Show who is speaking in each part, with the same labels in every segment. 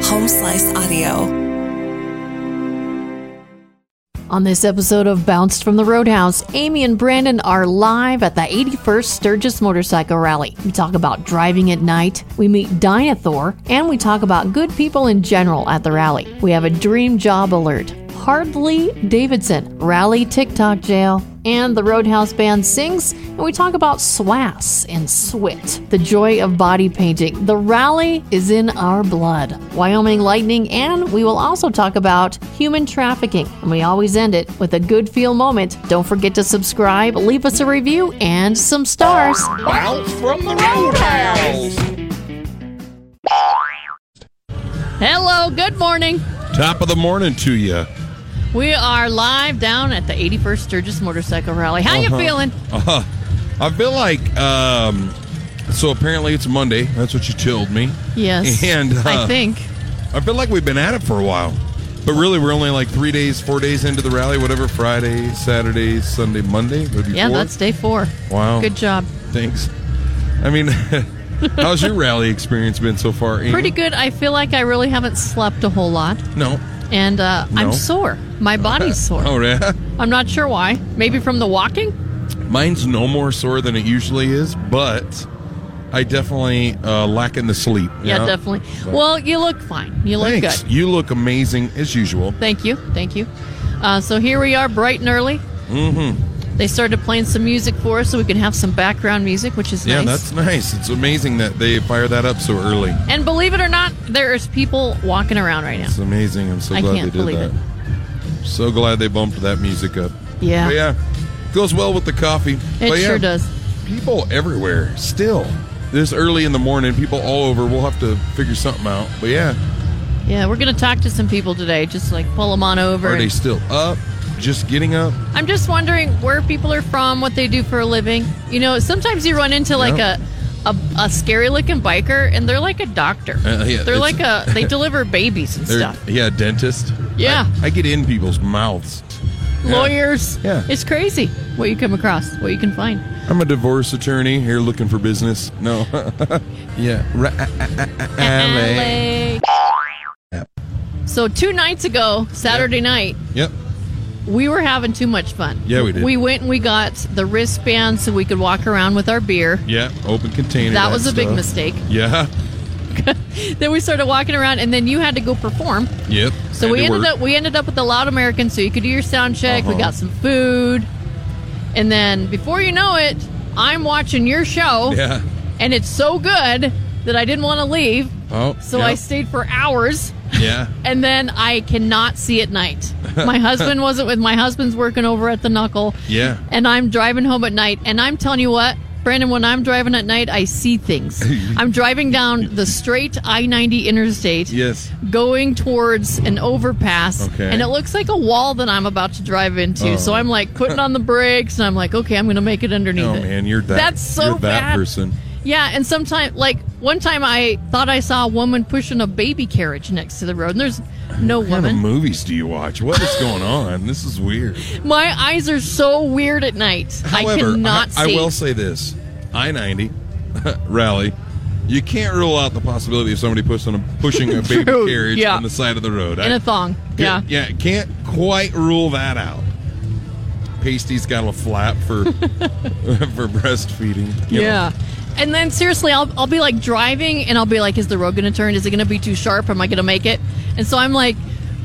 Speaker 1: Slice Audio.
Speaker 2: On this episode of Bounced from the Roadhouse, Amy and Brandon are live at the 81st Sturgis Motorcycle Rally. We talk about driving at night, we meet Dinathor, and we talk about good people in general at the rally. We have a dream job alert. Hardly Davidson, Rally TikTok Jail, and the Roadhouse Band sings, and we talk about swass and swit, the joy of body painting. The rally is in our blood. Wyoming lightning, and we will also talk about human trafficking. And we always end it with a good feel moment. Don't forget to subscribe, leave us a review, and some stars.
Speaker 3: Bounce from the roadhouse.
Speaker 2: Hello, good morning.
Speaker 3: Top of the morning to you.
Speaker 2: We are live down at the 81st Sturgis Motorcycle Rally. How you feeling?
Speaker 3: Uh, I feel like um, so. Apparently, it's Monday. That's what you told me.
Speaker 2: Yes.
Speaker 3: And,
Speaker 2: I
Speaker 3: uh,
Speaker 2: think.
Speaker 3: I feel like we've been at it for a while, but really, we're only like three days, four days into the rally. Whatever, Friday, Saturday, Sunday, Monday. Would be
Speaker 2: Yeah,
Speaker 3: four? Oh.
Speaker 2: that's day four.
Speaker 3: Wow.
Speaker 2: Good job.
Speaker 3: Thanks. I mean, how's your rally experience been so far? Amy?
Speaker 2: Pretty good. I feel like I really haven't slept a whole lot,
Speaker 3: No.
Speaker 2: and uh,
Speaker 3: No?
Speaker 2: I'm sore. My body's sore.
Speaker 3: Oh yeah.
Speaker 2: I'm not sure why. Maybe from the walking.
Speaker 3: Mine's no more sore than it usually is, but I definitely uh, lack in the sleep. you
Speaker 2: Yeah,
Speaker 3: know?
Speaker 2: definitely.
Speaker 3: So-
Speaker 2: Well, you look fine. You look
Speaker 3: Thanks.
Speaker 2: good.
Speaker 3: You look amazing as usual.
Speaker 2: Thank you. Thank you. Uh, so here we are, bright and early. Mm-hmm. They started playing some music for us, so we can have some background music, which is
Speaker 3: Yeah,
Speaker 2: nice.
Speaker 3: that's nice. It's amazing that they fire that up so early.
Speaker 2: and believe it or not, there is people walking around right now.
Speaker 3: It's amazing. I'm so
Speaker 2: I
Speaker 3: glad
Speaker 2: can't
Speaker 3: they did
Speaker 2: believe
Speaker 3: that.
Speaker 2: it.
Speaker 3: So glad they bumped that music up.
Speaker 2: Yeah.
Speaker 3: But yeah, goes well with the coffee.
Speaker 2: It
Speaker 3: But yeah,
Speaker 2: sure does.
Speaker 3: People everywhere still. This early in the morning, people all over. We'll have to figure something out. But yeah,
Speaker 2: Yeah, we're gonna talk to some people today. Just like pull them on over.
Speaker 3: are
Speaker 2: and-
Speaker 3: they still up? Just getting up?
Speaker 2: I'm just wondering where people are from, what they do for a living. You know, sometimes you run into like
Speaker 3: Yeah.
Speaker 2: a, a a scary looking biker, and they're like a doctor.
Speaker 3: Uh, yeah,
Speaker 2: they're
Speaker 3: it's-
Speaker 2: like a they deliver babies and
Speaker 3: They're-
Speaker 2: stuff.
Speaker 3: Yeah, dentist.
Speaker 2: Yeah.
Speaker 3: I, I get in people's mouths. yeah.
Speaker 2: Lawyers.
Speaker 3: Yeah.
Speaker 2: it's crazy what you come across, what you can find.
Speaker 3: I'm a divorce attorney here looking for business. No. yeah. Ra- a- a- a- alley.
Speaker 2: LA. So two nights ago, Saturday night,
Speaker 3: Yep.
Speaker 2: we were having too much fun.
Speaker 3: Yeah, we did.
Speaker 2: We went and we got the wristband so we could walk around with our beer.
Speaker 3: Yeah. Open container.
Speaker 2: That was a big
Speaker 3: stuff.
Speaker 2: mistake.
Speaker 3: Yeah.
Speaker 2: Then we started walking around, and then you had to go perform.
Speaker 3: Yep.
Speaker 2: So
Speaker 3: Had
Speaker 2: we
Speaker 3: to
Speaker 2: ended
Speaker 3: work.
Speaker 2: up we ended up at the Loud American, so you could do your sound check. We
Speaker 3: Uh-huh.
Speaker 2: got some food, and then before you know it, I'm watching your show,
Speaker 3: Yeah.
Speaker 2: and it's so good that I didn't want to leave,
Speaker 3: Oh.
Speaker 2: so
Speaker 3: yeah.
Speaker 2: I stayed for hours,
Speaker 3: Yeah.
Speaker 2: and then I cannot see at night. My husband wasn't with. My husband's working over at the Knuckle,
Speaker 3: Yeah.
Speaker 2: and I'm driving home at night, and I'm telling you what. Brandon, when I'm driving at night, I see things. I'm driving down the straight I 90 interstate
Speaker 3: Yes.
Speaker 2: going towards an overpass
Speaker 3: Okay.
Speaker 2: and it looks like a wall that I'm about to drive into. So I'm like putting on the brakes and I'm like, okay, I'm going to make it underneath
Speaker 3: Oh
Speaker 2: it.
Speaker 3: man, you're that.
Speaker 2: That's so
Speaker 3: you're that
Speaker 2: bad.
Speaker 3: person.
Speaker 2: Yeah, and sometimes like one time I thought I saw a woman pushing a baby carriage next to the road and there's no
Speaker 3: What kind of
Speaker 2: woman.
Speaker 3: movies do you watch? What is going on? This is weird.
Speaker 2: My eyes are so weird at night.
Speaker 3: However,
Speaker 2: I cannot
Speaker 3: I,
Speaker 2: see.
Speaker 3: I will say this: I ninety rally. You can't rule out the possibility of somebody pushing a, pushing a baby
Speaker 2: True,
Speaker 3: carriage
Speaker 2: yeah.
Speaker 3: on the side of the road.
Speaker 2: in
Speaker 3: I-
Speaker 2: a thong.
Speaker 3: Yeah,
Speaker 2: Yeah.
Speaker 3: yeah, can't quite rule that out. Pasty's got a flap for for breastfeeding. you know.
Speaker 2: Yeah. And then seriously, I'll, I'll be like driving and I'll be like, is the road going to turn? Is it going to be too sharp? Am I going to make it? And so I'm like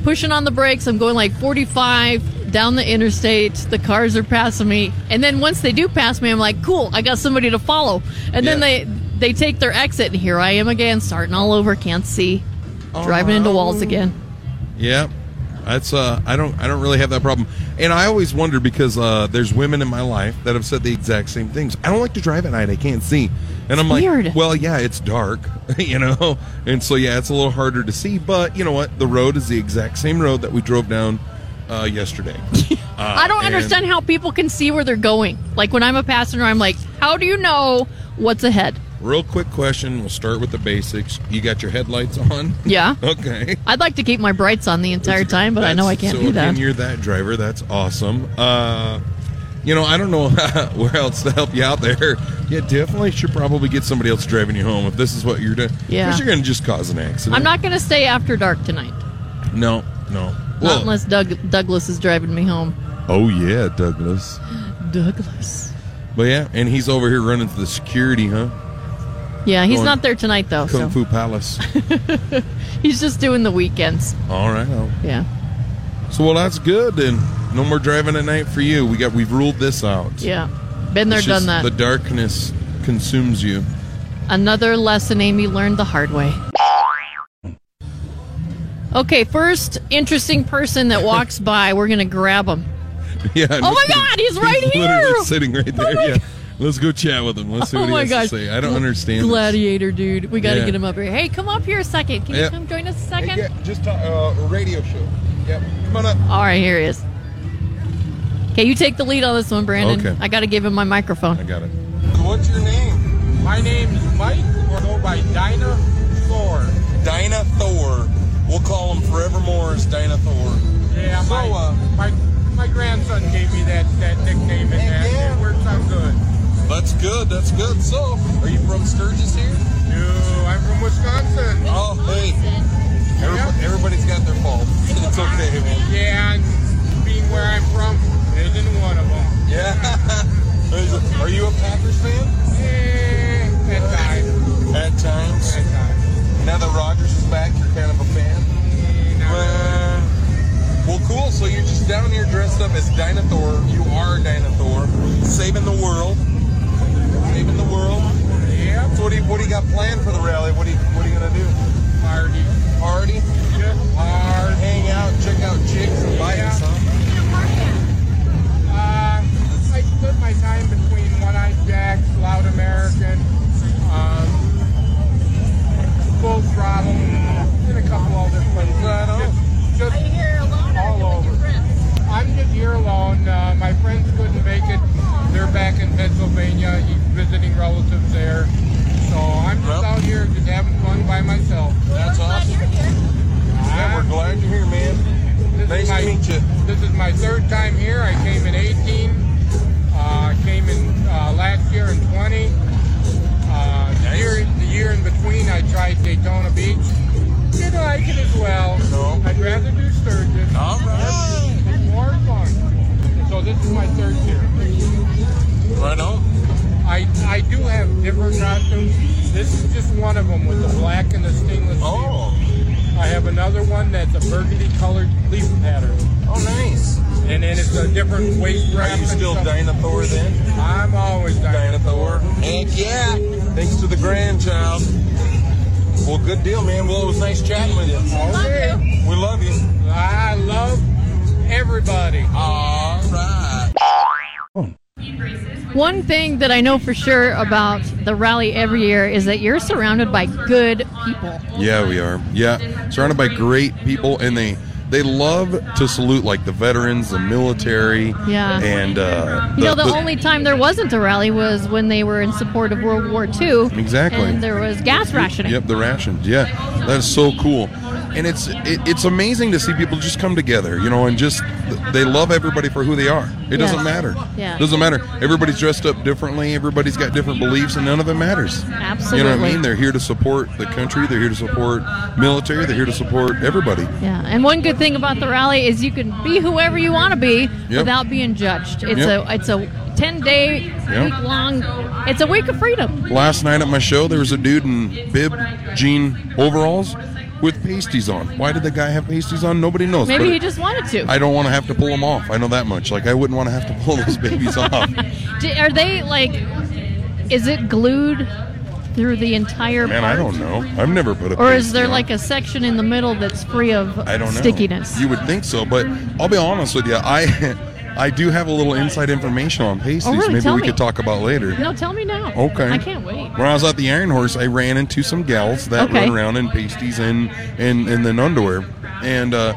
Speaker 2: pushing on the brakes. I'm going like 45 down the interstate. The cars are passing me. And then once they do pass me, I'm like, cool, I got somebody to follow. And then
Speaker 3: Yeah.
Speaker 2: they, they take their exit and here I am again, starting all over. Can't see. Driving into walls again.
Speaker 3: Yeah, that's uh, I don't I don't really have that problem, and I always wonder because uh, there's women in my life that have said the exact same things. I don't like to drive at night; I can't see, and I'm like,
Speaker 2: weird.
Speaker 3: well, yeah, it's dark, you know, and so yeah, it's a little harder to see. But you know what? The road is the exact same road that we drove down uh, yesterday. Uh,
Speaker 2: I don't
Speaker 3: and-
Speaker 2: understand how people can see where they're going. Like when I'm a passenger, I'm like, how do you know what's ahead?
Speaker 3: Real quick question. We'll start with the basics. You got your headlights on?
Speaker 2: Yeah.
Speaker 3: Okay.
Speaker 2: I'd like to keep my brights on the entire time, but I know I
Speaker 3: That's-
Speaker 2: can't
Speaker 3: so
Speaker 2: do that.
Speaker 3: again, you're that driver. That's awesome. Uh, you know, I don't know where else to help you out there. Yeah, definitely should probably get somebody else driving you home if this is what you're doing.
Speaker 2: Yeah.
Speaker 3: Because you're going to just cause an accident.
Speaker 2: I'm not going to stay after dark tonight.
Speaker 3: No, no.
Speaker 2: not unless Doug- Douglas is driving me home.
Speaker 3: oh, yeah, Douglas.
Speaker 2: Douglas.
Speaker 3: But yeah, and he's over here running to the security, huh?
Speaker 2: Yeah, he's
Speaker 3: Going-
Speaker 2: not there tonight though. So
Speaker 3: Kung Fu Palace.
Speaker 2: he's just doing the weekends.
Speaker 3: All right. well.
Speaker 2: Yeah.
Speaker 3: So well, that's good. Then no more driving at night for you. We got we've ruled this out.
Speaker 2: Yeah. Been there,
Speaker 3: It's just
Speaker 2: done that.
Speaker 3: The darkness consumes you.
Speaker 2: Another lesson Amy learned the hard way. Okay, first interesting person that walks by, we're going to grab him.
Speaker 3: Yeah.
Speaker 2: Oh my God, he's right
Speaker 3: literally
Speaker 2: here! Oh
Speaker 3: sitting right there.
Speaker 2: my
Speaker 3: yeah. Let's go chat with him. Let's see
Speaker 2: Oh
Speaker 3: what he
Speaker 2: my
Speaker 3: has
Speaker 2: gosh.
Speaker 3: to say. I don't understand. this.
Speaker 2: Gladiator dude. We got to
Speaker 3: Yeah.
Speaker 2: get him up here. Hey, come up here a second. Can you
Speaker 3: Yeah.
Speaker 2: come join us a second?
Speaker 3: Hey, yeah, just talk, uh, a radio show. Yep. Come on up.
Speaker 2: All right, here he is. Okay, you take the lead on this one, Brandon.
Speaker 3: Okay.
Speaker 2: I got to give him my microphone.
Speaker 3: I got it.
Speaker 1: What's your name?
Speaker 4: My name is Mike, or go by Dinah Thor.
Speaker 1: Dinah Thor. We'll call him forevermore as Dinah Thor.
Speaker 4: Yeah,
Speaker 1: So,
Speaker 4: my,
Speaker 1: uh,
Speaker 4: my my grandson gave me that, that nickname, and
Speaker 1: Heck
Speaker 4: that,
Speaker 1: yeah.
Speaker 4: it works out good.
Speaker 1: That's good. That's good. So, are you from Sturgis here?
Speaker 4: No, I'm from Wisconsin.
Speaker 1: Oh, hey. Everybody, everybody's got their faults. It's okay, man.
Speaker 4: Yeah, and being where I'm from isn't one of them.
Speaker 1: Yeah. Is it- Are you a Packers fan?
Speaker 4: Eh, at times,
Speaker 1: At times.
Speaker 4: at times.
Speaker 1: Now that Rogers is back, you're kind of a fan.
Speaker 4: Eh, not
Speaker 1: Well, well, cool. So you're just down here dressed up as Dinah Thor. You are Dinah Thor, saving the world, saving the world.
Speaker 4: really. Yeah,
Speaker 1: So what do you what do you got planned for the rally? What do you what are you gonna do?
Speaker 4: party.
Speaker 1: Party,
Speaker 4: Just
Speaker 1: Or
Speaker 4: hard.
Speaker 1: hang out, check out chicks, and buy us some.
Speaker 4: Uh, I split my time between One Eyed Jacks, Loud American, um, Full Throttle, and a couple other places.
Speaker 1: Right on.
Speaker 4: Just, just all over. I'm just here alone. Uh, my friends couldn't make it. They're back in Pennsylvania. He's visiting relatives there. So I'm just
Speaker 1: Well.
Speaker 4: out here just having fun by myself. Ah.
Speaker 1: That's awesome. Yeah, we're glad you're here, man.
Speaker 4: This
Speaker 1: Nice
Speaker 4: is my,
Speaker 1: to meet you.
Speaker 4: This is my third time here. I came in 18, uh, came in uh, last year in 20. Uh, the,
Speaker 1: Nice.
Speaker 4: year, the year in between, I tried Daytona Beach. Didn't like it as well.
Speaker 1: No.
Speaker 4: I'd rather do Sturgis.
Speaker 1: All right.
Speaker 4: It's more fun. So this is my third year.
Speaker 1: Right on.
Speaker 4: I, I do have different costumes. This is just one of them with the black and the stainless steel.
Speaker 1: Oh,
Speaker 4: I have another one that's a burgundy colored leaf pattern.
Speaker 1: oh, nice.
Speaker 4: And then it's a different weight wrap.
Speaker 1: Are you
Speaker 4: and
Speaker 1: still
Speaker 4: stuff.
Speaker 1: Dinah Thor then?
Speaker 4: I'm always dying.
Speaker 1: Dinosaur. Heck yeah. Thanks to the grandchild. Well, good deal, man. Well, it was nice chatting with you.
Speaker 4: Okay.
Speaker 1: We love you.
Speaker 4: I love everybody.
Speaker 1: All right.
Speaker 2: One thing that I know for sure about the rally every year is that you're surrounded by good people.
Speaker 3: Yeah, we are. Yeah, surrounded by great people, and they they love to salute like the veterans, the military.
Speaker 2: Yeah.
Speaker 3: And uh,
Speaker 2: You know, the only time there wasn't a rally was when they were in support of World War II.
Speaker 3: Exactly.
Speaker 2: And there was gas rationing.
Speaker 3: Yep, the rations. Yeah, that's so cool, and it's it, it's amazing to see people just come together, you know, and just they love everybody for who they are. It
Speaker 2: Yes.
Speaker 3: doesn't matter.
Speaker 2: Yeah.
Speaker 3: doesn't matter. Everybody's dressed up differently. Everybody's got different beliefs, and none of it matters. You know what
Speaker 2: Absolutely.
Speaker 3: I mean? They're here to support the country. They're here to support military. They're here to support everybody.
Speaker 2: Yeah. And one good thing about the rally is you can be whoever you want to be without being judged. It's
Speaker 3: Yep.
Speaker 2: a it's a 10 day,
Speaker 3: Yep.
Speaker 2: week long, it's a week of freedom.
Speaker 3: Last night at my show, there was a dude in bib, jean overalls with pasties on. Why did the guy have pasties on? Nobody knows.
Speaker 2: Maybe
Speaker 3: but
Speaker 2: he just wanted to.
Speaker 3: I don't want to have to pull them off. I know that much. Like I wouldn't want to have to pull those babies off.
Speaker 2: Do- Are they like, is it glued through the entire
Speaker 3: Man, I
Speaker 2: part?
Speaker 3: don't know. I've never put a.
Speaker 2: Or is
Speaker 3: pasty
Speaker 2: there
Speaker 3: on.
Speaker 2: like a section in the middle that's free of
Speaker 3: I don't know
Speaker 2: stickiness?
Speaker 3: You would think so, but I'll be honest with you. I I do have a little inside information on pasties.
Speaker 2: Oh, really?
Speaker 3: Maybe
Speaker 2: Tell
Speaker 3: we
Speaker 2: me.
Speaker 3: could talk about later.
Speaker 2: no, tell me now.
Speaker 3: Okay.
Speaker 2: I can't wait.
Speaker 3: When I was at the Iron Horse, I ran into some gals that
Speaker 2: Okay.
Speaker 3: run around in pasties and and and then underwear, and uh,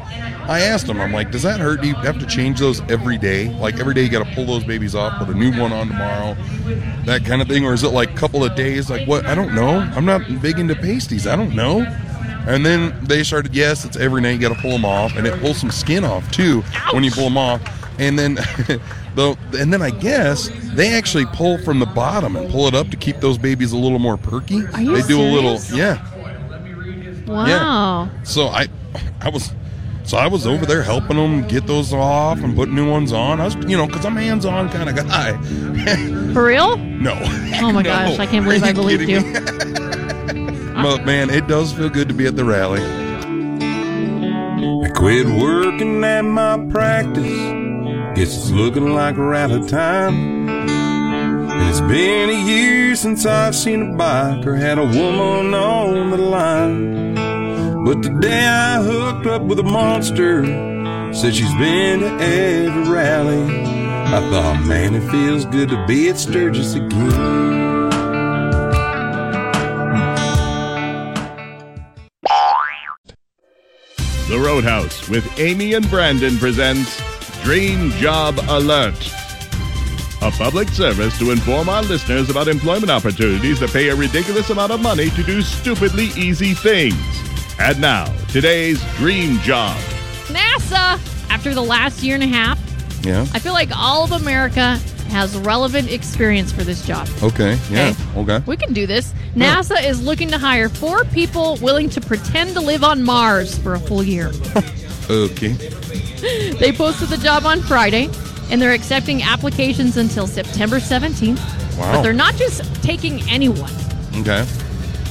Speaker 3: I asked them. I'm like, "Does that hurt? Do you have to change those every day? Like every day, you got to pull those babies off, put a new one on tomorrow, that kind of thing, or is it like a couple of days? Like what? I don't know. I'm not big into pasties. I don't know." And then they started. Yes, it's every night. You got to pull them off, and it pulls some skin off too when you pull them off. And then Though, and then I guess they actually pull from the bottom and pull it up to keep those babies a little more perky.
Speaker 2: Are you
Speaker 3: they do a little,
Speaker 2: serious?
Speaker 3: yeah.
Speaker 2: Wow.
Speaker 3: So I, I was, so I was over there helping them get those off and put new ones on. I was, you know, because I'm hands-on kind of guy.
Speaker 2: For real?
Speaker 3: no.
Speaker 2: Oh my
Speaker 3: No.
Speaker 2: gosh, I can't believe
Speaker 3: Are
Speaker 2: I believed
Speaker 3: kidding
Speaker 2: you.
Speaker 3: me? but man, it does feel good to be at the rally.
Speaker 5: I quit working at my practice. Guess it's looking like rally time. And it's been a year since I've seen a bike or had a woman on the line. But today I hooked up with a monster. Said she's been to every rally. I thought, man, it feels good to be at Sturgis again.
Speaker 6: The Roadhouse with Amy and Brandon presents Dream Job Alert. A public service to inform our listeners about employment opportunities that pay a ridiculous amount of money to do stupidly easy things. And now, today's Dream Job.
Speaker 2: NASA, after the last year and a half,
Speaker 3: Yeah.
Speaker 2: I feel like all of America has relevant experience for this job.
Speaker 3: Okay. Yeah. Okay.
Speaker 2: We can do this. NASA is looking to hire four people willing to pretend to live on Mars for a full year.
Speaker 3: Okay.
Speaker 2: They posted the job on Friday, and they're accepting applications until September 17th. But
Speaker 3: Wow.
Speaker 2: they're not just taking anyone.
Speaker 3: Okay.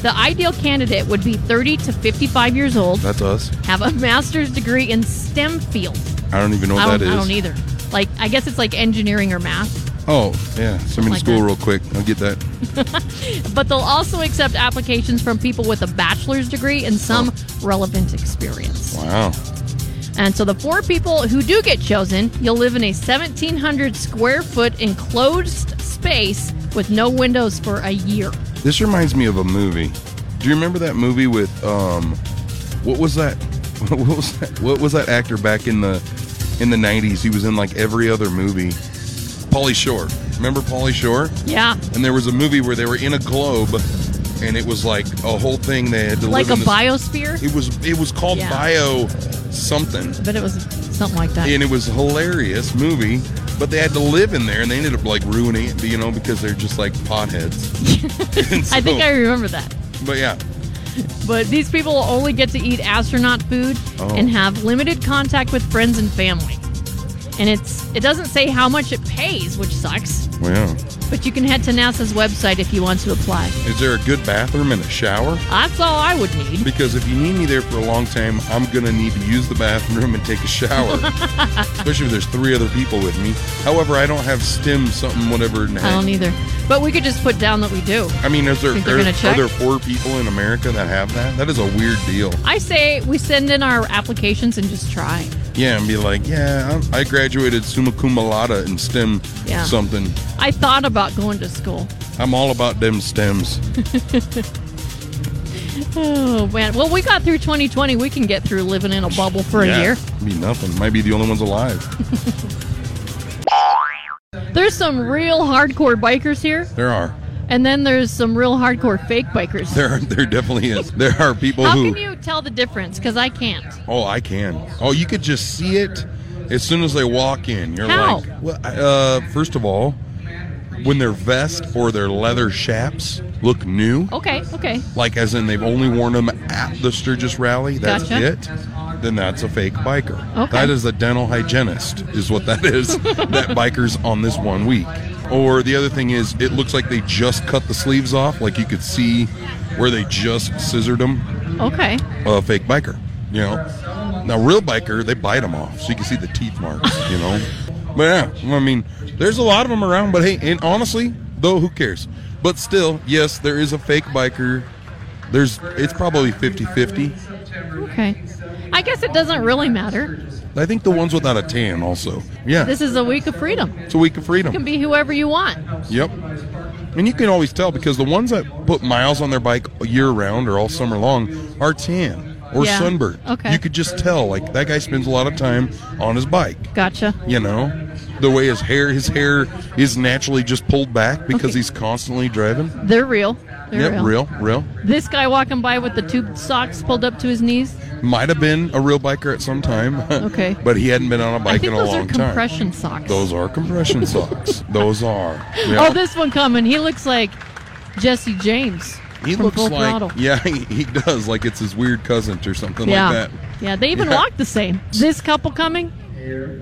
Speaker 2: The ideal candidate would be 30 to 55 years old,
Speaker 3: That's us.
Speaker 2: have a master's degree in STEM field.
Speaker 3: I don't even know what
Speaker 2: I don't,
Speaker 3: that is.
Speaker 2: I don't either. Like, I guess it's like engineering or math.
Speaker 3: Oh, yeah. Send me to
Speaker 2: Like
Speaker 3: school
Speaker 2: that.
Speaker 3: real quick. I'll get that.
Speaker 2: But they'll also accept applications from people with a bachelor's degree and some relevant experience.
Speaker 3: Wow.
Speaker 2: And so the four people who do get chosen, you'll live in a 1,700 square foot enclosed space with no windows for a year.
Speaker 3: This reminds me of a movie. Do you remember that movie with um, what was that? What was that? What was that actor back in the in the '90s? He was in like every other movie. Pauly Shore. Remember Pauly Shore?
Speaker 2: Yeah,
Speaker 3: And there was a movie where they were in a globe, and it was like a whole thing they had to
Speaker 2: like a
Speaker 3: live in this-
Speaker 2: biosphere,
Speaker 3: It was it was called
Speaker 2: Yeah.
Speaker 3: bio something.
Speaker 2: but it was something like that.
Speaker 3: and it was a hilarious movie. But they had to live in there, and they ended up like ruining it, you know, because they're just like potheads. And
Speaker 2: I think
Speaker 3: so-
Speaker 2: I remember that.
Speaker 3: But yeah,
Speaker 2: But these people will only get to eat astronaut food
Speaker 3: Oh.
Speaker 2: and have limited contact with friends and family. And it's it doesn't say how much it pays, which sucks.
Speaker 3: wow.
Speaker 2: But you can head to NASA's website if you want to apply.
Speaker 3: Is there a good bathroom and a shower?
Speaker 2: That's all I would need.
Speaker 3: Because if you need me there for a long time, I'm gonna need to use the bathroom and take a shower, especially if there's three other people with me. However, I don't have STEM something whatever.
Speaker 2: I don't either. But we could just put down that we do.
Speaker 3: I mean, is there
Speaker 2: Think they're
Speaker 3: are,
Speaker 2: gonna check?
Speaker 3: are there four people in America that have that? That is a weird deal.
Speaker 2: I say we send in our applications and just try.
Speaker 3: Yeah, and be like, yeah, I I graduated summa cum laude in STEM
Speaker 2: Yeah.
Speaker 3: something.
Speaker 2: I thought about going to school.
Speaker 3: I'm all about them stems.
Speaker 2: Oh man. Well, we got through 2020. We can get through living in a bubble for a year.
Speaker 3: Be nothing. Might be the only ones alive.
Speaker 2: There's some real hardcore bikers here,
Speaker 3: There are.
Speaker 2: and then there's some real hardcore fake bikers.
Speaker 3: There are, there definitely is. There are people
Speaker 2: How
Speaker 3: who
Speaker 2: can you tell the difference? Because I can't.
Speaker 3: Oh, I can. Oh, you could just see it as soon as they walk in. You're
Speaker 2: How?
Speaker 3: like, well, uh, first of all, when their vest or their leather chaps look new,
Speaker 2: Okay. Okay.
Speaker 3: like as in they've only worn them at the Sturgis rally, that's
Speaker 2: Gotcha.
Speaker 3: it, then that's a fake biker.
Speaker 2: Okay.
Speaker 3: That is a dental hygienist, is what that is. that biker's on this one week. Or the other thing is, it looks like they just cut the sleeves off, like you could see where they just scissored them
Speaker 2: Okay.
Speaker 3: a fake biker. You know, now real biker they bite them off, so you can see the teeth marks. You know, but yeah, I mean, there's a lot of them around. But hey, and honestly, though, who cares? But still, yes, there is a fake biker. There's it's probably 50-50.
Speaker 2: Okay. I guess it doesn't really matter.
Speaker 3: I think the ones without a tan also. Yeah,
Speaker 2: This is a week of freedom. You
Speaker 3: it's a week of freedom.
Speaker 2: can be whoever you want.
Speaker 3: Yep. And you can always tell because the ones that put miles on their bike year round or all summer long are tan. or
Speaker 2: Yeah.
Speaker 3: sunburn.
Speaker 2: Okay.
Speaker 3: You could just tell, like, that guy spends a lot of time on his bike.
Speaker 2: Gotcha.
Speaker 3: You know, the way his hair, his hair is naturally just pulled back because
Speaker 2: Okay.
Speaker 3: he's constantly driving.
Speaker 2: They're real. They're
Speaker 3: Yep, real, real.
Speaker 2: This guy walking by with the tube socks pulled up to his knees.
Speaker 3: Might have been a real biker at some time.
Speaker 2: Okay.
Speaker 3: but he hadn't been on a
Speaker 2: I
Speaker 3: bike in
Speaker 2: think
Speaker 3: a
Speaker 2: those
Speaker 3: long
Speaker 2: are
Speaker 3: time.
Speaker 2: compression socks.
Speaker 3: Those are compression socks. Those are. Yeah.
Speaker 2: Oh, this one coming. He looks like Jesse James.
Speaker 3: he
Speaker 2: from
Speaker 3: looks
Speaker 2: Full
Speaker 3: like
Speaker 2: Throttle.
Speaker 3: yeah, he, he does. Like it's his weird cousin or something
Speaker 2: yeah,
Speaker 3: like that.
Speaker 2: yeah. They even
Speaker 3: Yeah.
Speaker 2: walk the same. This couple coming.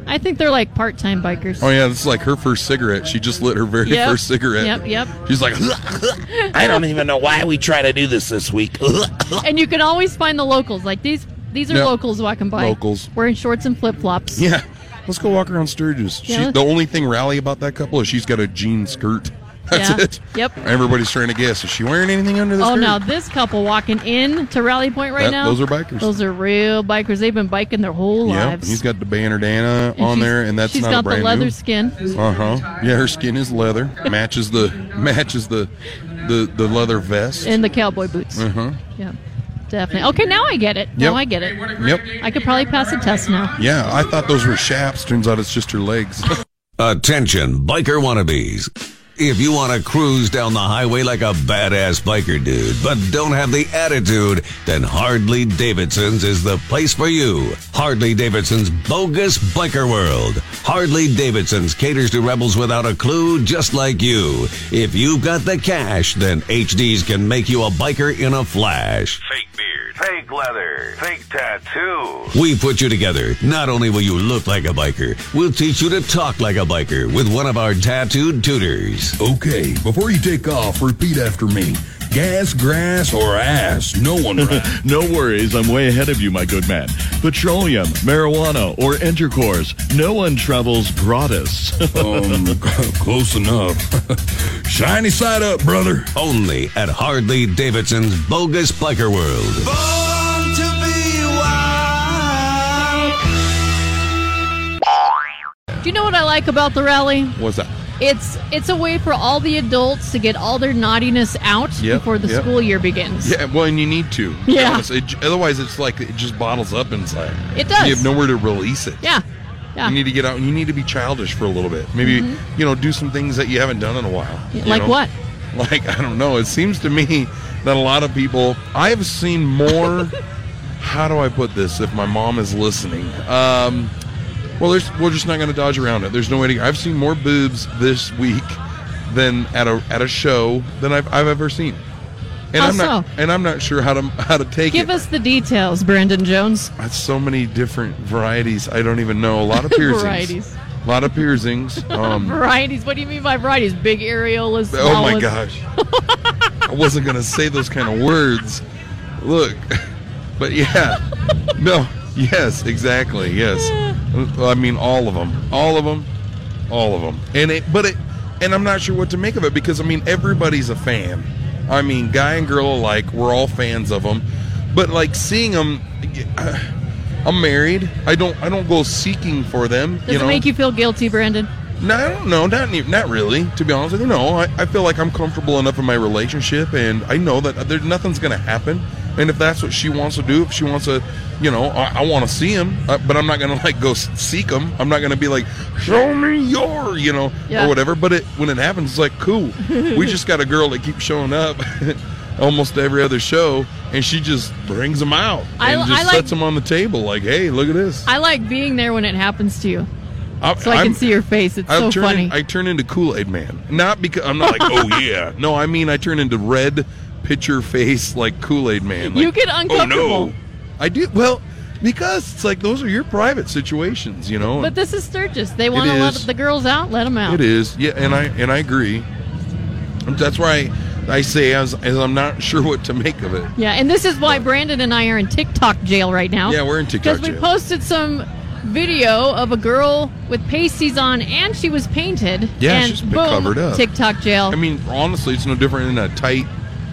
Speaker 2: I think they're like part-time bikers.
Speaker 3: Oh yeah, this is like her first cigarette. She just lit her very
Speaker 2: Yep.
Speaker 3: first cigarette.
Speaker 2: Yep, yep.
Speaker 3: She's like,
Speaker 7: I don't even know why we try to do this this week.
Speaker 2: And you can always find the locals. Like these. These are
Speaker 3: Yep.
Speaker 2: locals walking by.
Speaker 3: Locals.
Speaker 2: wearing shorts and flip-flops.
Speaker 3: yeah, let's go walk around Sturgis.
Speaker 2: Yeah,
Speaker 3: She,
Speaker 2: let's-
Speaker 3: the only thing rally about that couple is she's got a jean skirt. That's
Speaker 2: Yeah.
Speaker 3: it.
Speaker 2: Yep.
Speaker 3: Everybody's trying to guess. Is she wearing anything under the
Speaker 2: Oh,
Speaker 3: skirt?
Speaker 2: now this couple walking in to Rally Point right
Speaker 3: That-
Speaker 2: now.
Speaker 3: those are bikers.
Speaker 2: Those are real bikers. They've been biking their whole
Speaker 3: Yeah,
Speaker 2: lives.
Speaker 3: he's got the bandana
Speaker 2: And
Speaker 3: on
Speaker 2: she's-
Speaker 3: there, and that's
Speaker 2: she's
Speaker 3: not
Speaker 2: got
Speaker 3: a brand
Speaker 2: the leather
Speaker 3: new.
Speaker 2: skin.
Speaker 3: Uh huh. Yeah, her skin is leather. matches the matches the the the leather vest.
Speaker 2: And the cowboy boots.
Speaker 3: Uh-huh.
Speaker 2: Yeah, definitely. Okay, now I get it.
Speaker 3: Yep.
Speaker 2: Now I get it.
Speaker 3: Yep.
Speaker 2: I could probably pass a test now.
Speaker 3: Yeah, I thought those were chaps. Turns out it's just her legs.
Speaker 8: Attention, biker wannabes. If you want to cruise down the highway like a badass biker dude, but don't have the attitude, then Hardley Davidson's is the place for you. Hardley Davidson's bogus biker world. Hardley Davidson's caters to rebels without a clue, just like you. If you've got the cash, then HDs can make you a biker in a flash.
Speaker 9: Fake beard. Fake leather. Fake tattoo.
Speaker 8: We put you together. Not only will you look like a biker, we'll teach you to talk like a biker with one of our tattooed tutors.
Speaker 10: Okay, before you take off, repeat after me. Gas, grass, or ass, no one rides.
Speaker 6: No worries, I'm way ahead of you, my good man. Petroleum, marijuana, or intercourse, no one travels gratis.
Speaker 10: um, close enough. Shiny side up, brother.
Speaker 8: Only at Hardley Davidson's Bogus Biker World.
Speaker 7: Born to be wild.
Speaker 2: Do you know what I like about the rally?
Speaker 3: What's that?
Speaker 2: It's it's a way for all the adults to get all their naughtiness out
Speaker 3: Yep,
Speaker 2: before the
Speaker 3: yep.
Speaker 2: school year begins.
Speaker 3: Yeah, well, and you need to.
Speaker 2: Yeah.
Speaker 3: Because it- otherwise, it's like it just bottles up inside.
Speaker 2: It does.
Speaker 3: You have nowhere to release it.
Speaker 2: Yeah. Yeah. Mm-hmm.
Speaker 3: You need to get out and you need to be childish for a little bit. Maybe, you know, do some things that you haven't done in a while. you
Speaker 2: Like
Speaker 3: know?
Speaker 2: what?
Speaker 3: Like, I don't know. It seems to me that a lot of people, I have seen more. how do I put this if my mom is listening? Um, well, there's, we're just not going to dodge around it. There's no way to. I've seen more boobs this week than at a at a show than I've, I've ever seen. And
Speaker 2: How
Speaker 3: I'm not
Speaker 2: so?
Speaker 3: and I'm not sure how to how to take
Speaker 2: Give
Speaker 3: it.
Speaker 2: us the details, Brandon Jones.
Speaker 3: That's so many different varieties. I don't even know. A lot of piercings.
Speaker 2: Varieties.
Speaker 3: A lot of piercings. Um,
Speaker 2: Varieties. What do you mean by varieties? Big areolas.
Speaker 3: oh my
Speaker 2: swallows.
Speaker 3: gosh. I wasn't going to say those kind of words. Look. But yeah. No. Yes, exactly. Yes. I mean all of them. All of them. All of them. And it but it and I'm not sure what to make of it because I mean everybody's a fan. I mean guy and girl alike, we're all fans of them. But like seeing them I'm married. I don't I don't go seeking for them,
Speaker 2: Does
Speaker 3: you
Speaker 2: it
Speaker 3: know.
Speaker 2: make you feel guilty, Brandon?
Speaker 3: No, I don't know. Not ne- not really. To be honest with you, no. I, I feel like I'm comfortable enough in my relationship, and I know that there nothing's going to happen. And if that's what she wants to do, if she wants to, you know, I, I want to see him, uh, but I'm not going to like go s- seek him. I'm not going to be like, show me your, you know,
Speaker 2: Yeah.
Speaker 3: or whatever. But it when it happens, it's like cool. we just got a girl that keeps showing up. Almost every other show, and she just brings them out
Speaker 2: I-
Speaker 3: and just
Speaker 2: I like-
Speaker 3: sets 'em sets them on the table. Like, hey, look at this.
Speaker 2: I like being there when it happens to you,
Speaker 3: I,
Speaker 2: so I
Speaker 3: I'm-
Speaker 2: can see your face. It's
Speaker 3: I
Speaker 2: so
Speaker 3: turn
Speaker 2: funny.
Speaker 3: in- I turn into Kool Aid Man. Not because I'm not like, oh yeah. No, I mean I turn into red pitcher face like Kool Aid Man. Like,
Speaker 2: You get
Speaker 3: Oh
Speaker 2: uncomfortable."
Speaker 3: no, I do. Well, because it's like those are your private situations, you know.
Speaker 2: but this is Sturgis. They want to
Speaker 3: It
Speaker 2: let
Speaker 3: is.
Speaker 2: the girls out. Let them out.
Speaker 3: it is, yeah, and I and I agree. That's why I, I say as as I'm not sure what to make of it.
Speaker 2: Yeah, and this is why Brandon and I are in TikTok jail right now.
Speaker 3: Yeah, we're in TikTok
Speaker 2: Because we
Speaker 3: jail.
Speaker 2: posted some video of a girl with pasties on and she was painted.
Speaker 3: Yeah,
Speaker 2: and
Speaker 3: she's been
Speaker 2: boom,
Speaker 3: covered up.
Speaker 2: TikTok jail.
Speaker 3: I mean, honestly, it's no different than a tight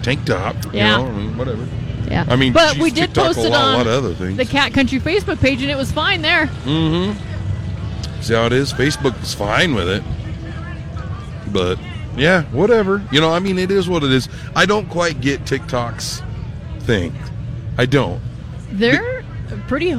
Speaker 3: tank top.
Speaker 2: Yeah.
Speaker 3: You know? I mean, whatever.
Speaker 2: yeah.
Speaker 3: I mean,
Speaker 2: but
Speaker 3: geez,
Speaker 2: we did
Speaker 3: TikTok
Speaker 2: post
Speaker 3: a
Speaker 2: it
Speaker 3: lot-
Speaker 2: on
Speaker 3: lot of other things.
Speaker 2: the Cat Country Facebook page and it was fine there.
Speaker 8: Mm-hmm.
Speaker 3: See how it is? Facebook was fine with it. But yeah, whatever. You know, I mean, it is what it is. I don't quite get TikTok's thing. I don't.
Speaker 2: They're pretty.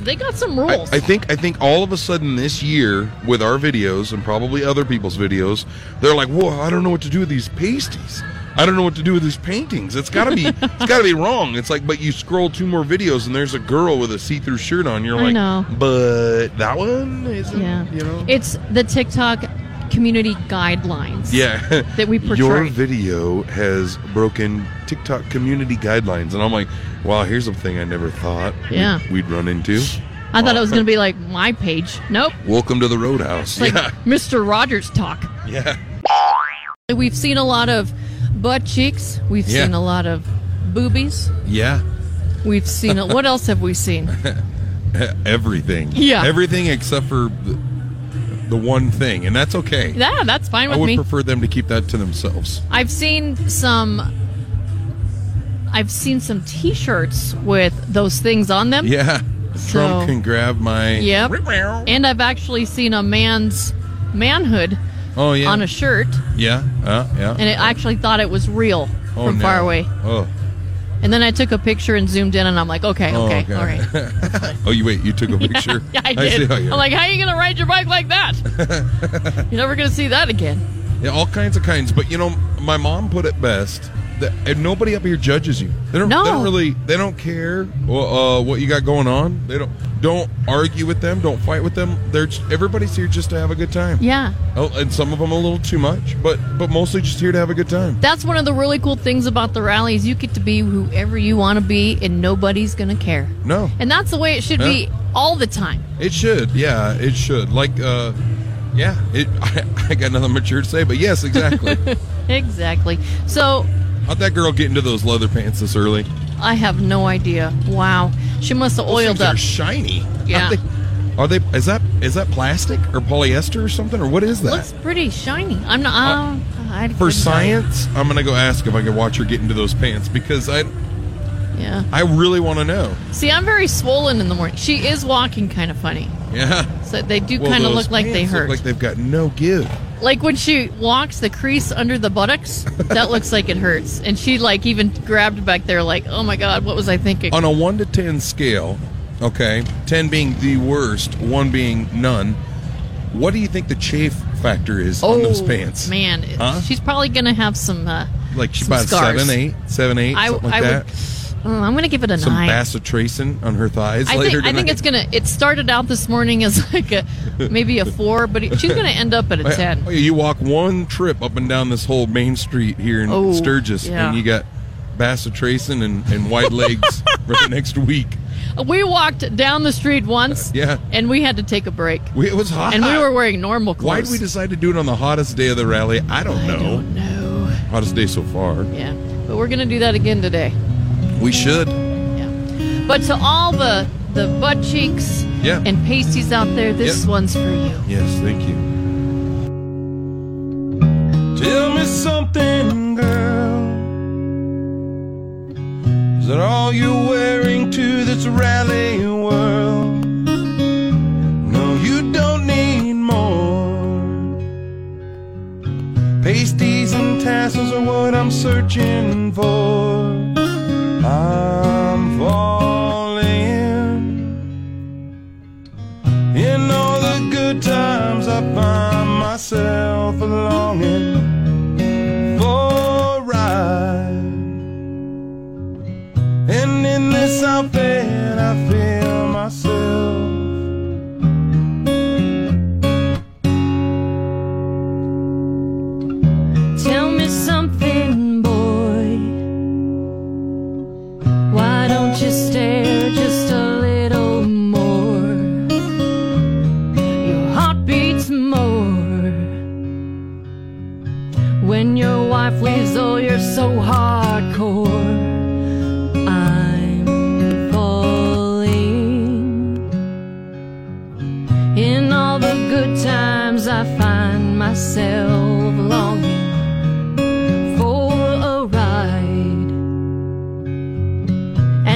Speaker 2: They got some
Speaker 8: I,
Speaker 2: rules.
Speaker 8: I think I think all of a sudden this year with our videos and probably other people's videos, they're like, "Whoa, I don't know what to do with these pasties. I don't know what to do with these paintings. It's gotta be it's gotta be wrong." It's like, but you scroll two more videos and there's a girl with a see-through shirt on. You're
Speaker 2: I
Speaker 8: like,
Speaker 2: know.
Speaker 8: "But that one isn't."
Speaker 2: yeah,
Speaker 8: you know?
Speaker 2: it's the TikTok community guidelines.
Speaker 8: Yeah.
Speaker 2: That we
Speaker 8: Your
Speaker 2: portray.
Speaker 8: video has broken TikTok community guidelines, and I'm like, "Wow, here's a thing I never thought we-
Speaker 2: Yeah.
Speaker 8: we'd run into."
Speaker 2: I thought it was going to be like my page. Nope.
Speaker 8: Welcome to the roadhouse.
Speaker 2: It's like
Speaker 8: uh, yeah,
Speaker 2: Mr. Rogers talk.
Speaker 8: yeah.
Speaker 2: We've seen a lot of butt cheeks. We've
Speaker 8: Yeah.
Speaker 2: seen a lot of boobies.
Speaker 8: Yeah.
Speaker 2: We've seen a, what else have we seen?
Speaker 3: E-, Everything.
Speaker 2: Yeah.
Speaker 3: Everything except for the, the one thing, and that's okay.
Speaker 2: Yeah, that's fine
Speaker 3: I
Speaker 2: with
Speaker 3: would
Speaker 2: me.
Speaker 3: prefer them to keep that to themselves.
Speaker 2: I've seen some. I've seen some T-shirts with those things on them.
Speaker 3: Yeah.
Speaker 2: So-
Speaker 3: Trump can grab my.
Speaker 2: Yep. And I've actually seen a man's manhood
Speaker 3: Oh, yeah.
Speaker 2: on a shirt,
Speaker 3: Yeah. Uh, yeah.
Speaker 2: and it actually thought it was real
Speaker 3: Oh,
Speaker 2: from
Speaker 3: no.
Speaker 2: far away.
Speaker 3: Oh.
Speaker 2: And then I took a picture and zoomed in, and I'm like, okay,
Speaker 3: Oh,
Speaker 2: okay,
Speaker 3: okay.
Speaker 2: all right.
Speaker 3: Oh, you wait. You took a picture.
Speaker 2: Yeah, I
Speaker 3: see
Speaker 2: did.
Speaker 3: how you-
Speaker 2: I'm like, how you going to ride your bike like that? You're never going to see that again.
Speaker 3: Yeah, all kinds of kinds. But you know, my mom put it best. That, and nobody up here judges you. They don't,
Speaker 2: No.
Speaker 3: they don't really. They don't care uh, what you got going on. They don't. Don't argue with them. Don't fight with them. They're just, everybody's here just to have a good time.
Speaker 2: Yeah.
Speaker 3: Oh, and some of them a little too much, but but mostly just here to have a good time.
Speaker 2: That's one of the really cool things about the rally is you get to be whoever you want to be, and nobody's going to care.
Speaker 3: No,
Speaker 2: And that's the way it should
Speaker 3: Yeah.
Speaker 2: be all the time.
Speaker 3: it should. Yeah, it should. Like, uh, yeah, it. I, I got nothing mature to say, but yes, exactly.
Speaker 2: Exactly. So
Speaker 3: How'd that girl get into those leather pants this early?
Speaker 2: I have no idea. Wow. She must have
Speaker 3: Those
Speaker 2: oiled
Speaker 3: things
Speaker 2: up.
Speaker 3: are shiny.
Speaker 2: Yeah.
Speaker 3: Are they, are they? Is that is that plastic or polyester or something or what is that? Uh,
Speaker 2: Looks pretty shiny. I'm not. Um, I couldn't tell
Speaker 3: For
Speaker 2: you.
Speaker 3: science, I'm gonna go ask if I can watch her get into those pants because I
Speaker 2: Yeah.
Speaker 3: I really want to know.
Speaker 2: See, I'm very swollen in the morning. She is walking kind of funny.
Speaker 3: Yeah.
Speaker 2: So they do
Speaker 3: Well,
Speaker 2: kind of
Speaker 3: those
Speaker 2: look like they
Speaker 3: pants look
Speaker 2: hurt.
Speaker 3: like
Speaker 2: Like,
Speaker 3: they've got no give.
Speaker 2: when she walks, the crease under the buttocks, that looks like it hurts. And she like even grabbed back there, like, oh my god, what was I thinking?
Speaker 3: on a 1 to 10 scale, okay, 10 being the worst, 1 being none, what do you think the chafe factor is on those pants?
Speaker 2: Oh, man, it-
Speaker 3: Huh?
Speaker 2: she's probably gonna have some. Uh,
Speaker 3: Like she's
Speaker 2: some
Speaker 3: about
Speaker 2: scars.
Speaker 3: 7, 8, 7, 8,
Speaker 2: I,
Speaker 3: something like
Speaker 2: I
Speaker 3: that.
Speaker 2: would. Mm, I'm gonna give it a
Speaker 3: Some
Speaker 2: nine.
Speaker 3: bacitracin on her thighs
Speaker 2: I
Speaker 3: later
Speaker 2: think, I think
Speaker 3: tonight.
Speaker 2: it's gonna. It started out this morning as like a maybe a four, but it, she's gonna end up at a
Speaker 3: Oh, yeah.
Speaker 2: ten.
Speaker 3: Oh, yeah, you walk one trip up and down this whole main street here in
Speaker 2: Oh,
Speaker 3: Sturgis,
Speaker 2: yeah.
Speaker 3: and you got bacitracin and, and white legs for the next week.
Speaker 2: We walked down the street once,
Speaker 3: Yeah.
Speaker 2: and we had to take a break,
Speaker 3: We, it was hot.
Speaker 2: and we were wearing normal clothes.
Speaker 3: Why did we decide to do it on the hottest day of the rally? I don't know.
Speaker 2: No,
Speaker 3: Hottest day so far.
Speaker 2: yeah, but we're gonna do that again today.
Speaker 3: We should.
Speaker 2: Yeah, but to all the the butt cheeks
Speaker 3: Yeah.
Speaker 2: and pasties out there, this
Speaker 3: Yeah.
Speaker 2: one's for you.
Speaker 3: Yes, thank you.
Speaker 5: Tell me something, girl. Is that all you're wearing to this rally world? No, you don't need more. Pasties and tassels are what I'm searching for. I'm falling. In all the good times, I find myself longing for a ride. And in this outfit, I feel myself.
Speaker 11: Tell me something, boy. Why don't you stare just a little more? Your heart beats more. When your wife leaves, oh, you're so hardcore. I'm falling. In all the good times, I find myself longing for a ride.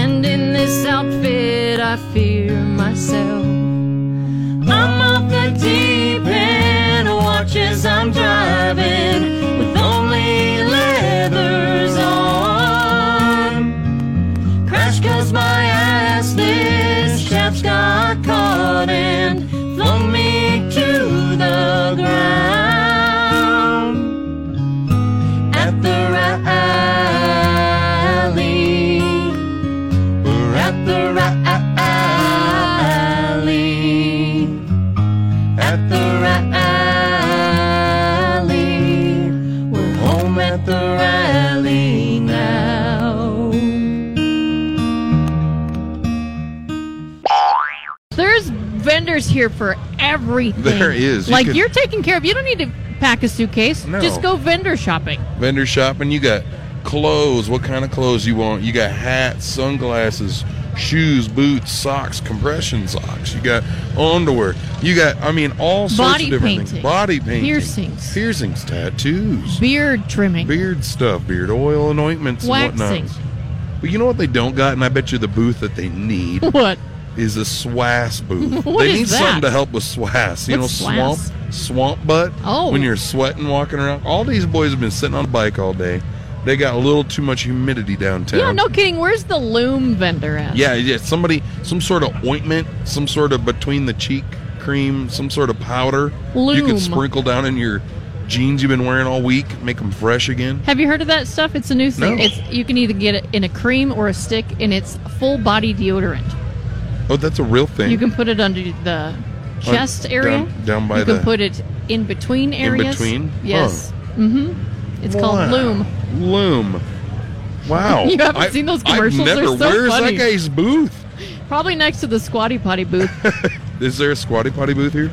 Speaker 11: And in this outfit, I fear myself. I'm off the deep end, watch as I'm driving with only leathers on. Crash 'cause my restless chaps got caught and flung me to the ground at the rally. We're at the rally. At the rally. We're home at the rally now.
Speaker 2: There's vendors here for everything.
Speaker 3: There is. You
Speaker 2: like
Speaker 3: could-
Speaker 2: you're taken care of. You don't need to pack a suitcase.
Speaker 3: No.
Speaker 2: Just go vendor shopping.
Speaker 3: vendor shopping. You got clothes. What kind of clothes you want? You got hats, sunglasses, shoes, boots, socks, compression socks. You got underwear. You got, I mean, all sorts
Speaker 2: Body
Speaker 3: of different
Speaker 2: painting.
Speaker 3: things. Body painting.
Speaker 2: Piercings.
Speaker 3: Piercings, tattoos,
Speaker 2: Beard trimming.
Speaker 3: beard stuff, beard oil and ointments and
Speaker 2: Waxing.
Speaker 3: whatnot. But you know what they don't got, and I bet you the booth that they need
Speaker 2: What?
Speaker 3: is a swass booth.
Speaker 2: What
Speaker 3: they
Speaker 2: is
Speaker 3: need
Speaker 2: that?
Speaker 3: something to help with swass. You
Speaker 2: What's
Speaker 3: know,
Speaker 2: swass?
Speaker 3: swamp swamp butt.
Speaker 2: Oh.
Speaker 3: When you're sweating walking around. All these boys have been sitting on a bike all day. They got a little too much humidity downtown.
Speaker 2: Yeah, no kidding. Where's the loom vendor at?
Speaker 3: Yeah, yeah. Somebody some sort of ointment, some sort of between the cheek cream, some sort of powder you
Speaker 2: Loom.
Speaker 3: could sprinkle down in your jeans you've been wearing all week, make them fresh again.
Speaker 2: Have you heard of that stuff? It's a new thing.
Speaker 3: No.
Speaker 2: It's you can either get it in a cream or a stick, and it's full body deodorant.
Speaker 3: Oh, that's a real thing.
Speaker 2: You can put it under the chest
Speaker 3: down-
Speaker 2: area.
Speaker 3: down by
Speaker 2: you can
Speaker 3: the-
Speaker 2: put it in between areas.
Speaker 3: between?
Speaker 2: Yes. Mm-hmm. It's called
Speaker 3: Wow.
Speaker 2: loom.
Speaker 3: Loom. Wow.
Speaker 2: You haven't
Speaker 3: I-
Speaker 2: seen those
Speaker 3: I've
Speaker 2: commercials? They're
Speaker 3: never-
Speaker 2: so
Speaker 3: Where's
Speaker 2: funny.
Speaker 3: that guy's booth?
Speaker 2: Probably next to the squatty potty booth.
Speaker 3: Is there a squatty potty booth here?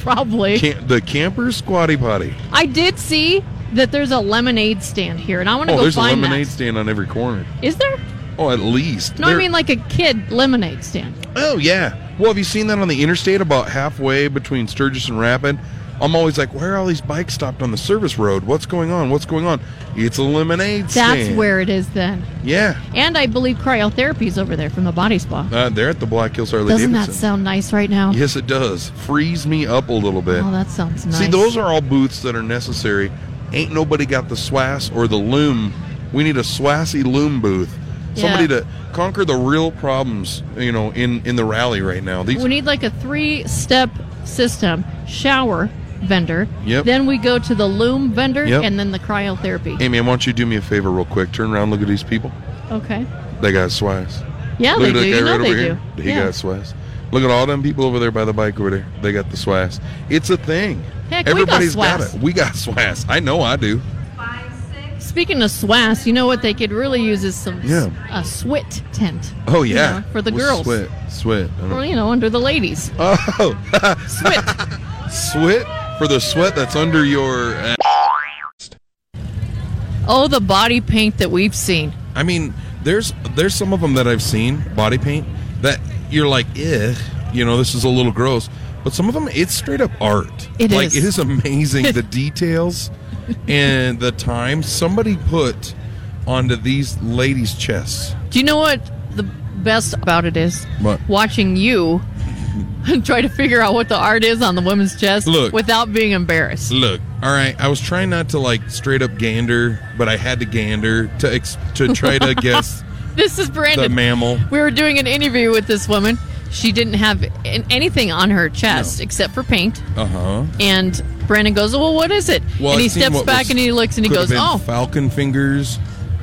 Speaker 2: Probably.
Speaker 3: Can- the camper squatty potty.
Speaker 2: I did see that there's a lemonade stand here, and I want to
Speaker 3: Oh,
Speaker 2: go
Speaker 3: there's a
Speaker 2: find
Speaker 3: lemonade stand on every corner.
Speaker 2: that. Is there?
Speaker 3: Oh, at least.
Speaker 2: No, I
Speaker 3: There-
Speaker 2: mean like a kid lemonade stand.
Speaker 3: Oh yeah. Well, have you seen that on the interstate about halfway between Sturgis and Rapid? I'm always like, where are all these bikes stopped on the service road? What's going on? What's going on? It's a lemonade stand.
Speaker 2: That's where it is then.
Speaker 3: Yeah.
Speaker 2: And I believe cryotherapy's over there from the body spa.
Speaker 3: Uh, they're at the Black Hills Harley
Speaker 2: Doesn't that
Speaker 3: Davidson.
Speaker 2: sound nice right now?
Speaker 3: yes, it does. Freeze me up a little bit.
Speaker 2: Oh, that sounds nice.
Speaker 3: See, those are all booths that are necessary. Ain't nobody got the swass or the loom. We need a swassy loom booth. Somebody
Speaker 2: Yeah.
Speaker 3: to conquer the real problems, you know, in in the rally right now. These
Speaker 2: we need like a three step system shower vendor.
Speaker 3: Yep.
Speaker 2: Then we go to the loom vendor
Speaker 3: Yep.
Speaker 2: and then the cryotherapy.
Speaker 3: Amy, why don't you do me a favor real quick? Turn around, look at these people.
Speaker 2: Okay.
Speaker 3: They got swass.
Speaker 2: Yeah,
Speaker 3: look
Speaker 2: they do.
Speaker 3: at that guy
Speaker 2: You know
Speaker 3: right
Speaker 2: they do.
Speaker 3: over here. He
Speaker 2: yeah.
Speaker 3: got swass. Look at all them people over there by the bike over there. They got the swass. It's a thing.
Speaker 2: Heck, we got
Speaker 3: Everybody's got,
Speaker 2: swass.
Speaker 3: it. We got swass. I know I do.
Speaker 2: Speaking of swass, you know what they could really use is some
Speaker 3: Yeah.
Speaker 2: a swit tent.
Speaker 3: Oh
Speaker 2: you
Speaker 3: yeah.
Speaker 2: know, for the
Speaker 3: Well,
Speaker 2: girls.
Speaker 3: Sweat. Sweat. I don't-
Speaker 2: Or you know, under the ladies.
Speaker 3: Oh,
Speaker 2: Swit.
Speaker 3: sweat for the sweat that's under your. Uh,
Speaker 2: Oh, the body paint that we've seen.
Speaker 12: I mean, there's there's some of them that I've seen body paint that you're like, eh, you know, this is a little gross. But some of them, it's straight up art.
Speaker 3: It
Speaker 12: like,
Speaker 3: is.
Speaker 12: It is amazing the details and the time somebody put onto these ladies' chests.
Speaker 2: Do you know what the best about it is?
Speaker 12: What?
Speaker 2: Watching you try to figure out what the art is on the woman's chest
Speaker 12: Look.
Speaker 2: without being embarrassed.
Speaker 12: Look, all right. I was trying not to like straight up gander, but I had to gander to ex- to try to guess
Speaker 2: This is
Speaker 12: the
Speaker 2: Brandon.
Speaker 12: mammal.
Speaker 2: We were doing an interview with this woman. She didn't have an- anything on her chest except for paint.
Speaker 12: Uh huh.
Speaker 2: And Brandon goes, "Well, what is it?" and he steps back and he looks and he goes, "Oh,
Speaker 12: falcon fingers.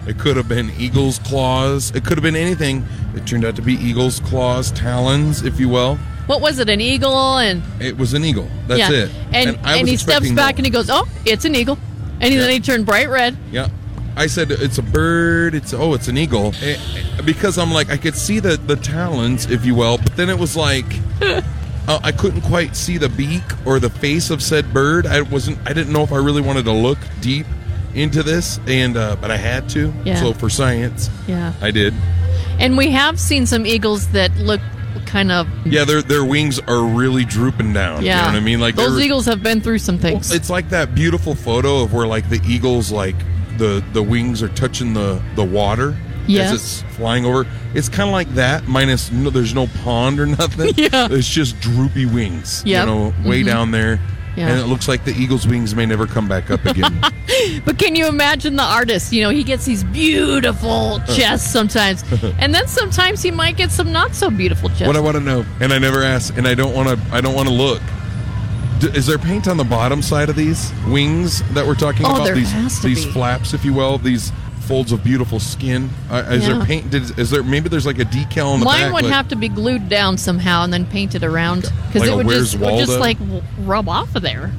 Speaker 12: It could have been eagle's claws. It could have been anything. It turned out to be eagle's claws, talons, if you will.
Speaker 2: what was it? An eagle?" And
Speaker 12: It was an eagle. That's
Speaker 2: yeah.
Speaker 12: it.
Speaker 2: And and,
Speaker 12: I was
Speaker 2: he steps
Speaker 12: expecting
Speaker 2: back
Speaker 12: more.
Speaker 2: and he goes, "Oh, it's an eagle." And then he turned bright red.
Speaker 12: Yeah. I said it's a bird. It's oh, it's an eagle. Eh, eh, because I'm like I could see the the talons, if you will, but then it was like uh, I couldn't quite see the beak or the face of said bird. I wasn't. I didn't know if I really wanted to look deep into this, and uh, but I had to.
Speaker 2: Yeah.
Speaker 12: So for science,
Speaker 2: Yeah.
Speaker 12: I did.
Speaker 2: And we have seen some eagles that look kind of
Speaker 12: Yeah, their their wings are really drooping
Speaker 3: Um,
Speaker 12: down.
Speaker 2: Mm-hmm. yeah.
Speaker 12: You know what I mean? Like
Speaker 2: those
Speaker 12: they're-
Speaker 2: eagles have been through some things.
Speaker 12: It's like that beautiful photo of where like the eagles like the the wings are touching the the water
Speaker 2: Yes.
Speaker 12: as it's flying over. It's kind of like that minus no, there's no pond or nothing.
Speaker 2: Yeah.
Speaker 12: It's just droopy wings.
Speaker 2: Yep.
Speaker 12: You know, way
Speaker 2: Mhm.
Speaker 12: down there.
Speaker 2: Yeah.
Speaker 3: and it looks like the eagle's wings may never come back up again.
Speaker 2: But can you imagine the artist? You know, he gets these beautiful chests sometimes, and then sometimes he might get some not so beautiful chests.
Speaker 3: What I want to know, and I never ask, and I don't want to. I don't want to look. D- is there paint on the bottom side of these wings that we're talking
Speaker 2: Oh,
Speaker 3: about?
Speaker 2: there
Speaker 3: these
Speaker 2: has to
Speaker 3: these
Speaker 2: be.
Speaker 3: flaps, if you will, these folds of beautiful skin. Uh, is
Speaker 2: Yeah.
Speaker 3: there paint? Did, is there maybe there's like a decal on the
Speaker 2: Mine
Speaker 3: back?
Speaker 2: would
Speaker 3: like-
Speaker 2: have to be glued down somehow and then painted around because
Speaker 3: Like
Speaker 2: it
Speaker 3: a
Speaker 2: would
Speaker 3: Where's
Speaker 2: just would just
Speaker 3: Waldo?
Speaker 2: like w- rub off of there.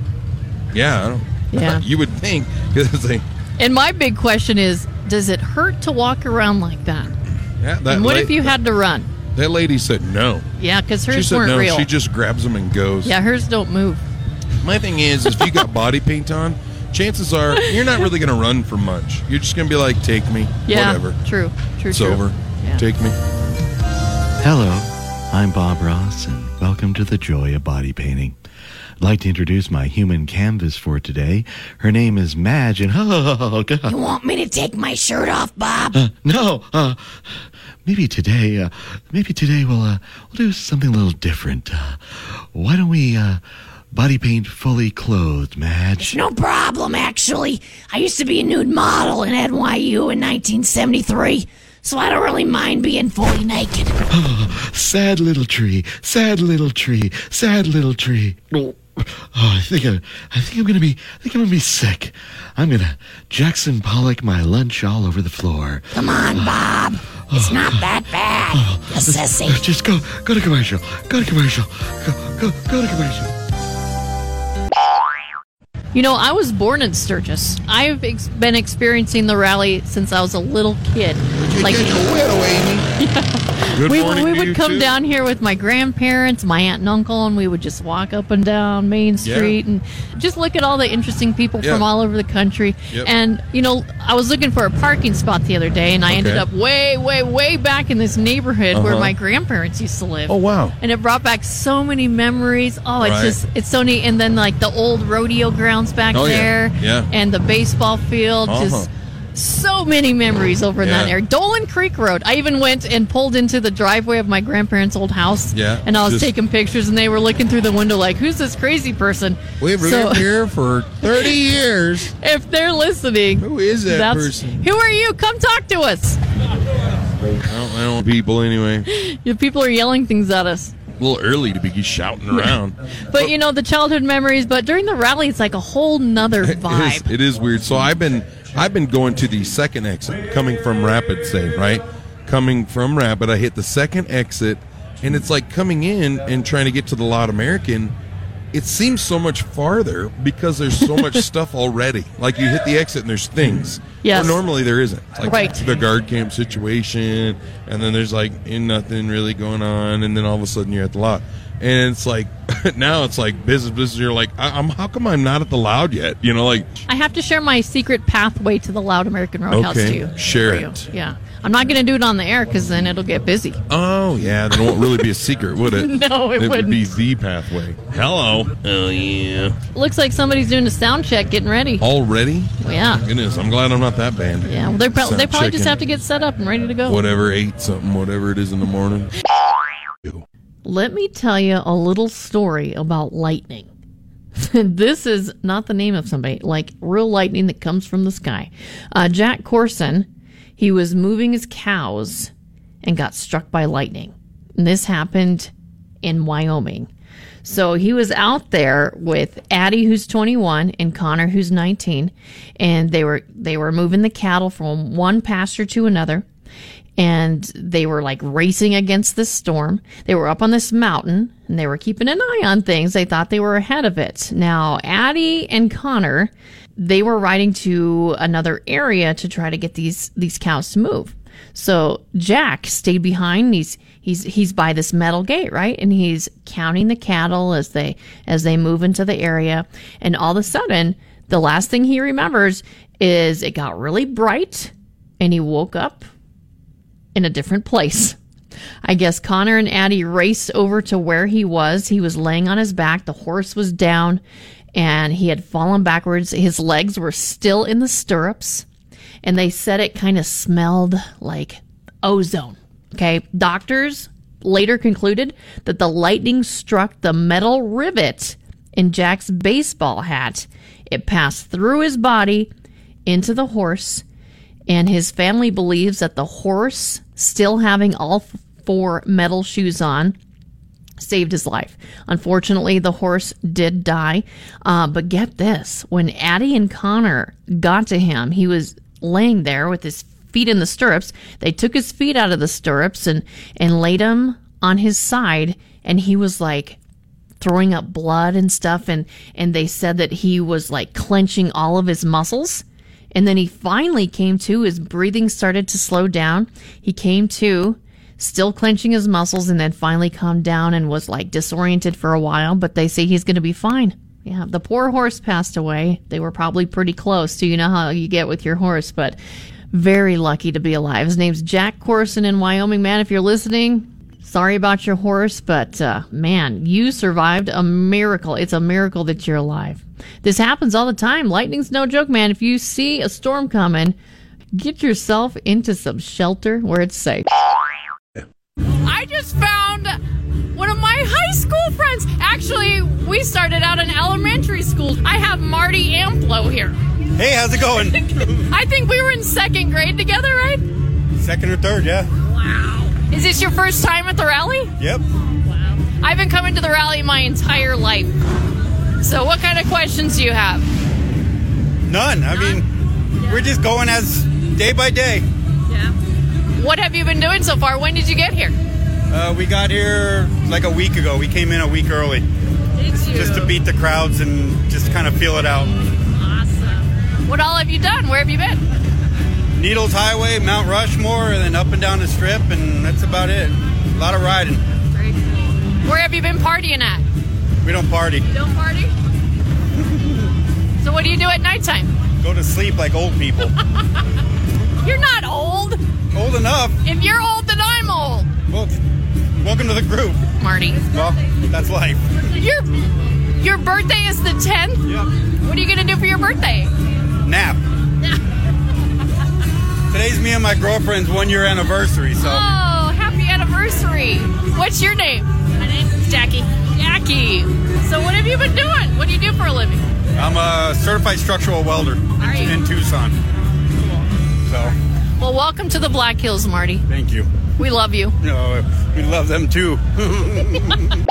Speaker 3: Yeah, I don't,
Speaker 2: Yeah.
Speaker 3: you would think because they.
Speaker 2: And my big question is, does it hurt to walk around like that?
Speaker 3: Yeah, that
Speaker 2: and what
Speaker 3: la-
Speaker 2: if you had to run?
Speaker 3: That lady said no.
Speaker 2: Yeah, because
Speaker 3: she
Speaker 2: hers
Speaker 3: said
Speaker 2: weren't
Speaker 3: no.
Speaker 2: real.
Speaker 3: She just grabs them and goes.
Speaker 2: yeah, hers don't move.
Speaker 3: My thing is, if you got body paint on, chances are you're not really going to run for much. You're just going to be like, take me,
Speaker 2: Yeah,
Speaker 3: whatever.
Speaker 2: true, true,
Speaker 3: It's
Speaker 2: true.
Speaker 3: over.
Speaker 2: Yeah.
Speaker 3: Take me.
Speaker 13: Hello, I'm Bob Ross, and welcome to the joy of body painting. I'd like to introduce my human canvas for today. Her name is Madge, and oh, God.
Speaker 14: You want me to take my shirt off, Bob?
Speaker 13: Uh, no, uh, maybe today, uh, maybe today we'll, uh, we'll do something a little different. Uh, why don't we, uh, body paint fully clothed, Madge?
Speaker 14: No problem, actually. I used to be a nude model in NYU in 1973, so I don't really mind being fully naked.
Speaker 13: Oh, sad little tree, sad little tree, sad little tree. Oh, I think I, I think I'm gonna be, I think I'm gonna be sick. I'm gonna Jackson Pollock my lunch all over the floor. Come on, Bob. It's not that bad.
Speaker 14: you sissy.
Speaker 13: Just go, go to commercial. Go to commercial. Go, go, go to commercial.
Speaker 2: You know, I was born in Sturgis. I've ex- been experiencing the rally since I was a little kid. like
Speaker 3: Good
Speaker 2: we,
Speaker 3: morning
Speaker 2: we
Speaker 3: to you,
Speaker 2: would come
Speaker 3: too.
Speaker 2: down here with my grandparents, my aunt and uncle, and we would just walk up and down Main
Speaker 11: Yeah.
Speaker 2: Street and just look at all the interesting people
Speaker 11: Yeah.
Speaker 2: from all over the country.
Speaker 11: Yep.
Speaker 2: And you know, I was looking for a parking spot the other day, and I ended
Speaker 11: Okay.
Speaker 2: up way, way, way back in this neighborhood where
Speaker 11: Uh-huh.
Speaker 2: my grandparents used to live.
Speaker 11: Oh, wow.
Speaker 2: And it brought back so many memories. Oh, it's
Speaker 11: Right.
Speaker 2: just it's so neat. And then like the old rodeo grounds back
Speaker 11: Oh, yeah.
Speaker 2: there,
Speaker 11: Yeah.
Speaker 2: and the baseball field, just
Speaker 11: Uh-huh.
Speaker 2: so many memories over in that
Speaker 11: Yeah.
Speaker 2: area. Dolan Creek Road. I even went and pulled into the driveway of my grandparents' old house.
Speaker 3: Yeah,
Speaker 2: And I was
Speaker 3: just-
Speaker 2: taking pictures, and they were looking through the window like, who's this crazy person?
Speaker 3: We've
Speaker 2: So-
Speaker 3: lived here for 30 years.
Speaker 2: If they're listening, who is
Speaker 3: that person?
Speaker 2: Who are you? Come talk to us.
Speaker 3: I don't, I don't people anyway.
Speaker 2: Your people are yelling things at us.
Speaker 3: A little early to be shouting around.
Speaker 2: But you know, the childhood memories, but during the rally, it's like a whole nother
Speaker 3: It
Speaker 2: vibe.
Speaker 3: is, it is weird. So I've been I've been going to the second exit coming from Rapid, say right, coming from Rapid. I hit the second exit, and it's like coming in and trying to get to the Loud American. It seems so much farther because there's so much stuff already. Like you hit the exit and there's things.
Speaker 2: Yes.
Speaker 3: Where normally there isn't. It's like
Speaker 2: Right.
Speaker 3: the guard camp situation, and then there's like ain't nothing really going on, and then all of a sudden you're at the lot. And it's like now it's like business, business. You're like, I- I'm how come I'm not at the loud yet? You know, like
Speaker 2: I have to share my secret pathway to the Loud American Roadhouse
Speaker 3: Okay,
Speaker 2: to you.
Speaker 3: share
Speaker 2: for you.
Speaker 3: it.
Speaker 2: Yeah. I'm not going to do it on the air because then it'll get busy.
Speaker 3: Oh yeah, then it won't really be a secret, would it?
Speaker 2: No, it
Speaker 3: would be the pathway. Hello. Oh yeah.
Speaker 2: Looks like somebody's doing a sound check, getting ready.
Speaker 3: Oh, Already?
Speaker 2: Oh, Yeah.
Speaker 3: Goodness, I'm glad I'm not that band.
Speaker 2: Yeah, well, they prob- they probably just have to get set up and ready to go.
Speaker 3: whatever eight something, whatever it is in the morning.
Speaker 2: Let me tell you a little story about lightning. this is not the name of somebody, like real lightning that comes from the sky. Uh, Jack Corson, he was moving his cows and got struck by lightning. And this happened in Wyoming. So he was out there with Addie, who's 21, and Connor, who's 19, and they were they were moving the cattle from one pasture to another, and they were like racing against this storm. They were up on this mountain, and they were keeping an eye on things. They thought they were ahead of it. Now Addie and Connor, they were riding to another area to try to get these these cows to move. So Jack stayed behind. and He's he's he's by this metal gate, right? And he's counting the cattle as they as they move into the area. And all of a sudden, the last thing he remembers is it got really bright, and he woke up in a different place. I guess Connor and Addie raced over to where he was. He was laying on his back. The horse was down and he had fallen backwards. His legs were still in the stirrups and they said it kind of smelled like ozone. Okay. Doctors later concluded that the lightning struck the metal rivet in Jack's baseball hat. It passed through his body into the horse, and his family believes that the horse, still having all f- four metal shoes on, saved his life. Unfortunately, the horse did die. Uh, but get this when Addie and Connor got to him, he was laying there with his feet in the stirrups. They took his feet out of the stirrups and, and laid him on his side, and he was like, throwing up blood and stuff and and they said that he was like clenching all of his muscles and then he finally came to his breathing started to slow down he came to still clenching his muscles and then finally calmed down and was like disoriented for a while but they say he's going to be fine yeah the poor horse passed away they were probably pretty close to you know how you get with your horse but very lucky to be alive his name's jack corson in wyoming man if you're listening sorry about your horse, but uh, man, you survived a miracle. It's a miracle that you're alive. This happens all the time. Lightning's no joke, man. If you see a storm coming, get yourself into some shelter where it's safe.
Speaker 15: I just found one of my high school friends. Actually, we started out in elementary school. I have Marty Amplo here.
Speaker 16: Hey, how's it going?
Speaker 15: I think we were in second grade together, right?
Speaker 16: Second or third, yeah.
Speaker 15: Wow. Is this your first time at the rally?
Speaker 16: Yep.
Speaker 15: I've been coming to the rally my entire life. So, what kind of questions do you have?
Speaker 16: None. I mean, we're just going as day by day.
Speaker 15: What have you been doing so far? When did you get here?
Speaker 16: Uh, we got here like a week ago. We came in a week early.
Speaker 15: Did you?
Speaker 16: Just to beat the crowds and just kind of feel it out.
Speaker 15: Awesome. What all have you done? Where have you been?
Speaker 16: Needles Highway, Mount Rushmore, and then up and down the strip, and that's about it. A lot of riding.
Speaker 15: Where have you been partying at?
Speaker 16: We don't party.
Speaker 15: Don't party? so, what do you do at nighttime?
Speaker 16: Go to sleep like old people.
Speaker 15: You're not old.
Speaker 16: Old enough.
Speaker 15: If you're old, then I'm old.
Speaker 16: Well, welcome to the group.
Speaker 15: Marty.
Speaker 16: Well, that's life.
Speaker 15: Your your birthday is the 10th?
Speaker 16: Yep.
Speaker 15: What are you going to do for your birthday?
Speaker 16: Nap. Today's me and my girlfriend's one year anniversary, so.
Speaker 15: Oh, happy anniversary. What's your name? My name's Jackie. Jackie. So, what have you been doing? What do you do for a living?
Speaker 16: I'm a certified structural welder
Speaker 15: Are you?
Speaker 16: in Tucson. So,
Speaker 15: Well, welcome to the Black Hills, Marty.
Speaker 16: thank you.
Speaker 15: We love you.
Speaker 16: No, we love them too.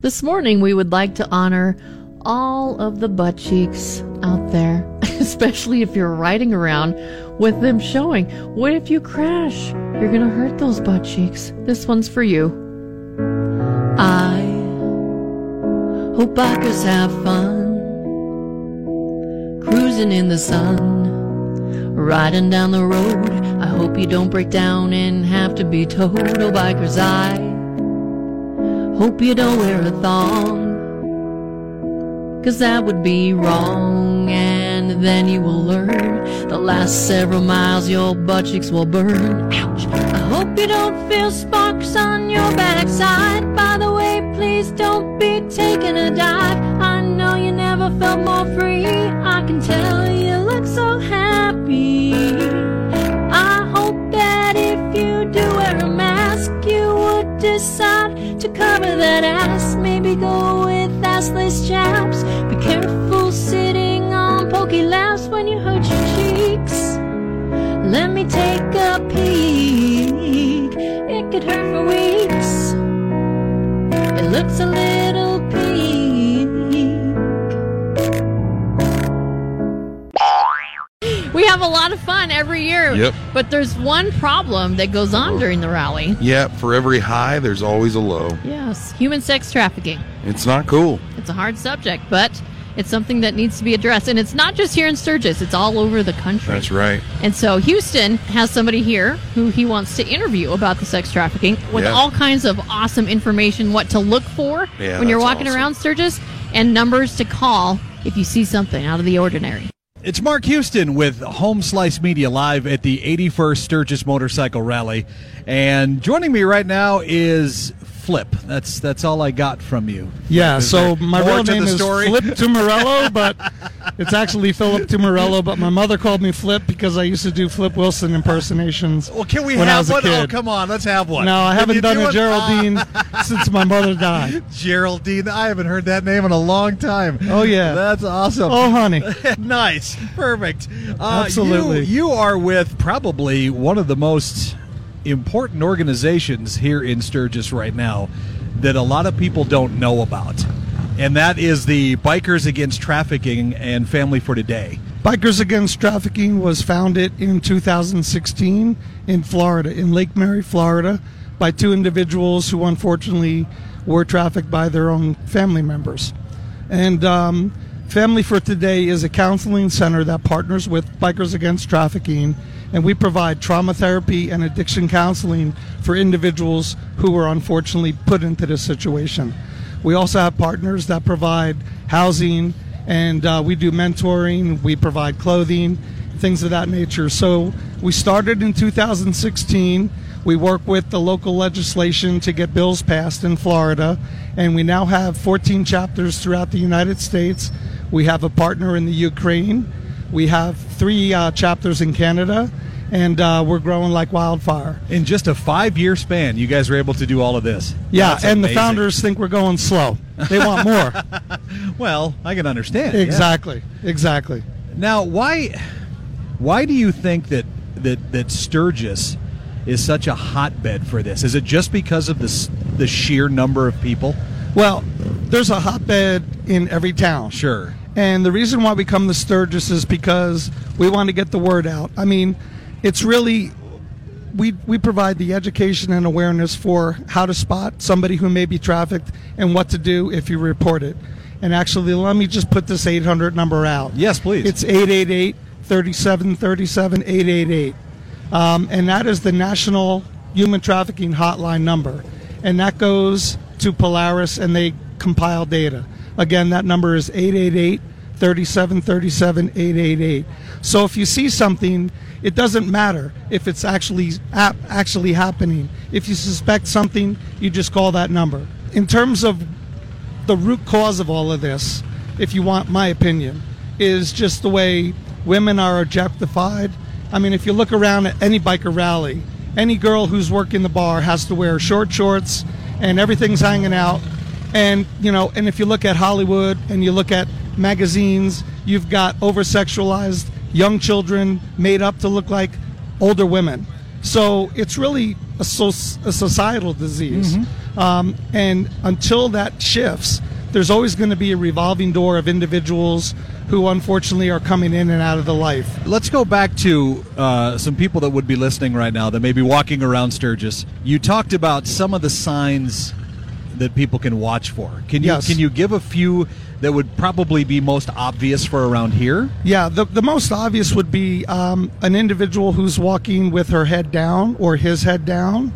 Speaker 2: This morning, we would like to honor all of the butt cheeks out there, especially if you're riding around with them showing. What if you crash? You're going to hurt those butt cheeks. This one's for you. I hope bikers have fun cruising in the sun, riding down the road. I hope you don't break down and have to be towed. Oh, bikers, I Hope you don't wear a thong, 'cause that would be wrong. And then you will learn the last several miles your butt cheeks will burn. Ouch! I hope you don't feel sparks on your backside. By the way, please don't be taking a dive. I know you never felt more free. I can tell you look so happy. I hope that if you do wear a mask, you would decide to cover that ass. Maybe go with assless chaps. Be careful sitting on pokey laps when you hurt your cheeks. Let me take a peek. It could hurt for weeks. It looks a little pink. We have a lot of fun every year.
Speaker 3: Yep.
Speaker 2: But there's one problem that goes on during the rally.
Speaker 3: Yeah, for every high, there's always a low.
Speaker 2: Yes, human sex trafficking.
Speaker 3: It's not cool.
Speaker 2: It's a hard subject, but it's something that needs to be addressed. And it's not just here in Sturgis, it's all over the country.
Speaker 3: That's right.
Speaker 2: And so Houston has somebody here who he wants to interview about the sex trafficking with
Speaker 3: Yeah.
Speaker 2: all kinds of awesome information, what to look for
Speaker 17: Yeah,
Speaker 2: when you're
Speaker 17: that's
Speaker 2: walking
Speaker 17: awesome.
Speaker 2: around Sturgis, and numbers to call if you see something out of the ordinary.
Speaker 17: It's Mark Houston with Home Slice Media live at the 81st Sturgis Motorcycle Rally. And joining me right now is Flip. That's that's all I got from you.
Speaker 18: Yeah,
Speaker 17: Like, is
Speaker 18: so
Speaker 17: there
Speaker 18: my
Speaker 17: more
Speaker 18: real
Speaker 17: to
Speaker 18: name
Speaker 17: the
Speaker 18: is
Speaker 17: story?
Speaker 18: Flip Tumorello, but it's actually Philip Tumorello. But my mother called me Flip because I used to do Flip Wilson impersonations.
Speaker 17: Well, can we
Speaker 18: when I
Speaker 17: have
Speaker 18: was a
Speaker 17: one? Oh,
Speaker 18: kid.
Speaker 17: come on, let's have one.
Speaker 18: No, I
Speaker 17: Can
Speaker 18: haven't
Speaker 17: you
Speaker 18: done
Speaker 17: do
Speaker 18: a
Speaker 17: it? ah.
Speaker 18: Geraldine since my mother died.
Speaker 17: Geraldine. I haven't heard that name in a long time.
Speaker 18: Oh, yeah.
Speaker 17: that's awesome.
Speaker 18: Oh, honey.
Speaker 17: nice, perfect. Uh,
Speaker 18: Absolutely.
Speaker 17: You, you are with probably one of the most important organizations here in Sturgis right now that a lot of people don't know about, and that is the Bikers Against Trafficking and Family for Today.
Speaker 18: Bikers Against Trafficking was founded in 2016 in Florida, in Lake Mary, Florida, by two individuals who unfortunately were trafficked by their own family members. And um, Family for Today is a counseling center that partners with Bikers Against Trafficking, and we provide trauma therapy and addiction counseling for individuals who were unfortunately put into this situation. We also have partners that provide housing and uh, we do mentoring, we provide clothing, things of that nature. So we started in 2016. We work with the local legislation to get bills passed in Florida, and we now have 14 chapters throughout the United States. We have a partner in the Ukraine. We have three uh, chapters in Canada, and uh, we're growing like wildfire.
Speaker 17: In just a five-year span, you guys were able to do all of this.
Speaker 18: Yeah,
Speaker 17: That's
Speaker 18: and the
Speaker 17: amazing.
Speaker 18: founders think we're going slow. They want more.
Speaker 17: Well, I can understand. yeah.
Speaker 18: exactly. Exactly.
Speaker 17: Now, why why do you think that that that Sturgis is such a hotbed for this? Is it just because of the s- the sheer number of people?
Speaker 18: Well, there's a hotbed in every town.
Speaker 17: Sure.
Speaker 18: And the reason why we come to Sturgis is because we want to get the word out. I mean, it's really we we provide the education and awareness for how to spot somebody who may be trafficked and what to do if you report it. And actually, let me just put this 800 number out.
Speaker 17: Yes, please.
Speaker 18: It's 888 3737 888. Um, and that is the National Human Trafficking Hotline number. And that goes to Polaris and they compile data. Again, that number is 888 3737 888. So if you see something, it doesn't matter if it's actually ap- actually happening. If you suspect something, you just call that number. In terms of the root cause of all of this, if you want my opinion, is just the way women are objectified. I mean, if you look around at any biker rally, any girl who's working the bar has to wear short shorts and everything's hanging out. And, you know, and if you look at Hollywood and you look at magazines, you've got over sexualized young children made up to look like older women. So it's really a, so- a societal disease. Um, and until that shifts, there's always going to be a revolving door of individuals who unfortunately are coming in and out of the life.
Speaker 17: Let's go back to uh, some people that would be listening right now that may be walking around Sturgis. You talked about some of the signs that people can watch for. Can you
Speaker 18: Yes.
Speaker 17: can you give a few that would probably be most obvious for around here?
Speaker 18: Yeah, the, the most obvious would be um, an individual who's walking with her head down or his head down,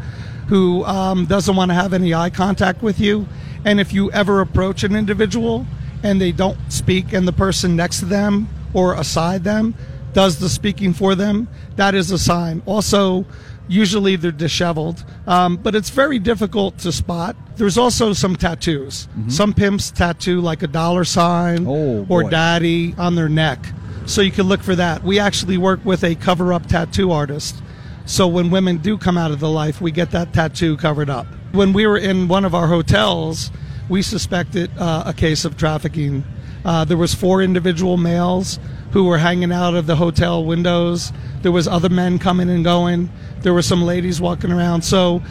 Speaker 18: who um, doesn't want to have any eye contact with you. And if you ever approach an individual and they don't speak, and the person next to them or aside them does the speaking for them, that is a sign. Also, usually they're disheveled, um, but it's very difficult to spot. There's also some tattoos. Some pimps tattoo like a dollar sign or
Speaker 17: boy.
Speaker 18: daddy on their neck. So you can look for that. We actually work with a cover up tattoo artist. So when women do come out of the life, we get that tattoo covered up. When we were in one of our hotels, we suspected uh, a case of trafficking. Uh, there was four individual males who were hanging out of the hotel windows. There was other men coming and going. There were some ladies walking around. So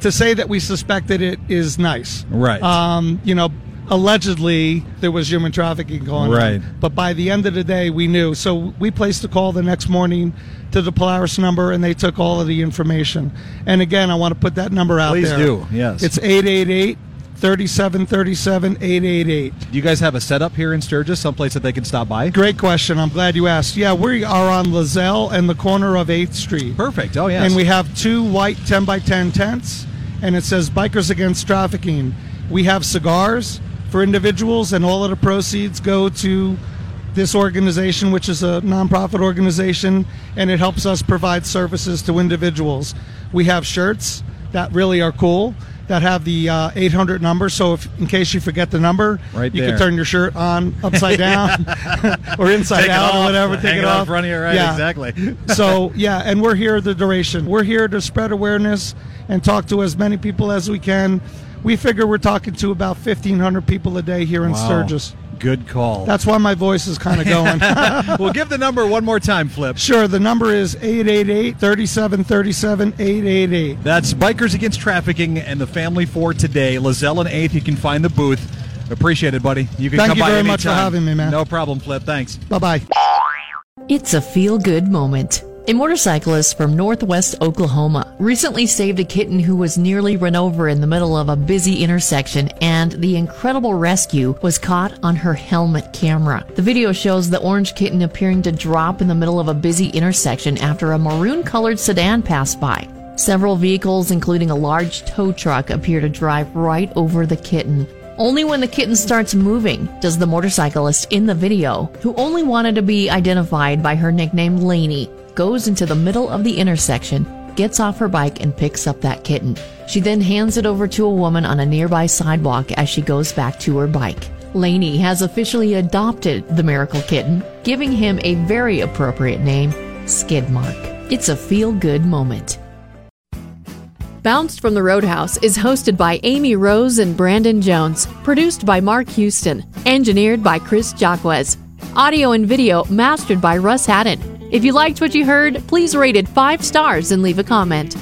Speaker 18: to say that we suspected it is nice.
Speaker 17: Right.
Speaker 18: Um, you know, allegedly there was human trafficking going on.
Speaker 17: Right.
Speaker 18: But by the end of the day, we knew. So we placed a call the next morning to the Polaris number, and they took all of the information. And again, I want to put that number out
Speaker 17: Please
Speaker 18: there.
Speaker 17: do, yes.
Speaker 18: It's 888 3737 888.
Speaker 17: Do you guys have a setup here in Sturgis, someplace that they can stop by?
Speaker 18: Great question. I'm glad you asked. Yeah, we are on Lazelle and the corner of 8th Street.
Speaker 17: Perfect. Oh yes.
Speaker 18: And we have two white 10 by 10 tents, and it says Bikers Against Trafficking. We have cigars for individuals, and all of the proceeds go to this organization, which is a nonprofit organization, and it helps us provide services to individuals. We have shirts that really are cool that have the uh, 800 number. So if in case you forget the number,
Speaker 17: Right
Speaker 18: you
Speaker 17: there.
Speaker 18: can turn your shirt on upside down or inside
Speaker 17: Take it
Speaker 18: out
Speaker 17: off,
Speaker 18: or whatever.
Speaker 17: hang
Speaker 18: Take
Speaker 17: it
Speaker 18: it
Speaker 17: out
Speaker 18: off.
Speaker 17: in front of you, right, exactly.
Speaker 18: so yeah, and we're here the duration. We're here to spread awareness and talk to as many people as we can. We figure we're talking to about 1,500 people a day here in
Speaker 17: Wow.
Speaker 18: Sturgis.
Speaker 17: Good call.
Speaker 18: That's why my voice is kind of going.
Speaker 17: we'll give the number one more time, Flip.
Speaker 18: Sure, the number is 888 3737 888.
Speaker 17: That's Bikers Against Trafficking and the family for today. Lozelle and 8th, you can find the booth. Appreciate it, buddy. You can
Speaker 18: Thank
Speaker 17: come
Speaker 18: you
Speaker 17: by
Speaker 18: very much for
Speaker 17: anytime.
Speaker 18: having me, man.
Speaker 17: No problem, Flip. Thanks.
Speaker 18: Bye bye.
Speaker 2: It's a feel good moment. A motorcyclist from northwest Oklahoma recently saved a kitten who was nearly run over in the middle of a busy intersection, and the incredible rescue was caught on her helmet camera. The video shows the orange kitten appearing to drop in the middle of a busy intersection after a maroon colored sedan passed by. Several vehicles, including a large tow truck, appear to drive right over the kitten. Only when the kitten starts moving does the motorcyclist in the video, who only wanted to be identified by her nickname Lainey, goes into the middle of the intersection, gets off her bike, and picks up that kitten. She then hands it over to a woman on a nearby sidewalk as she goes back to her bike. Lainey has officially adopted the miracle kitten, giving him a very appropriate name, Skidmark. It's a feel good moment. Bounced from the Roadhouse is hosted by Amy Rose and Brandon Jones, produced by Mark Houston, engineered by Chris Jacquez, audio and video mastered by Russ Haddon. If you liked what you heard, please rate it five stars and leave a comment.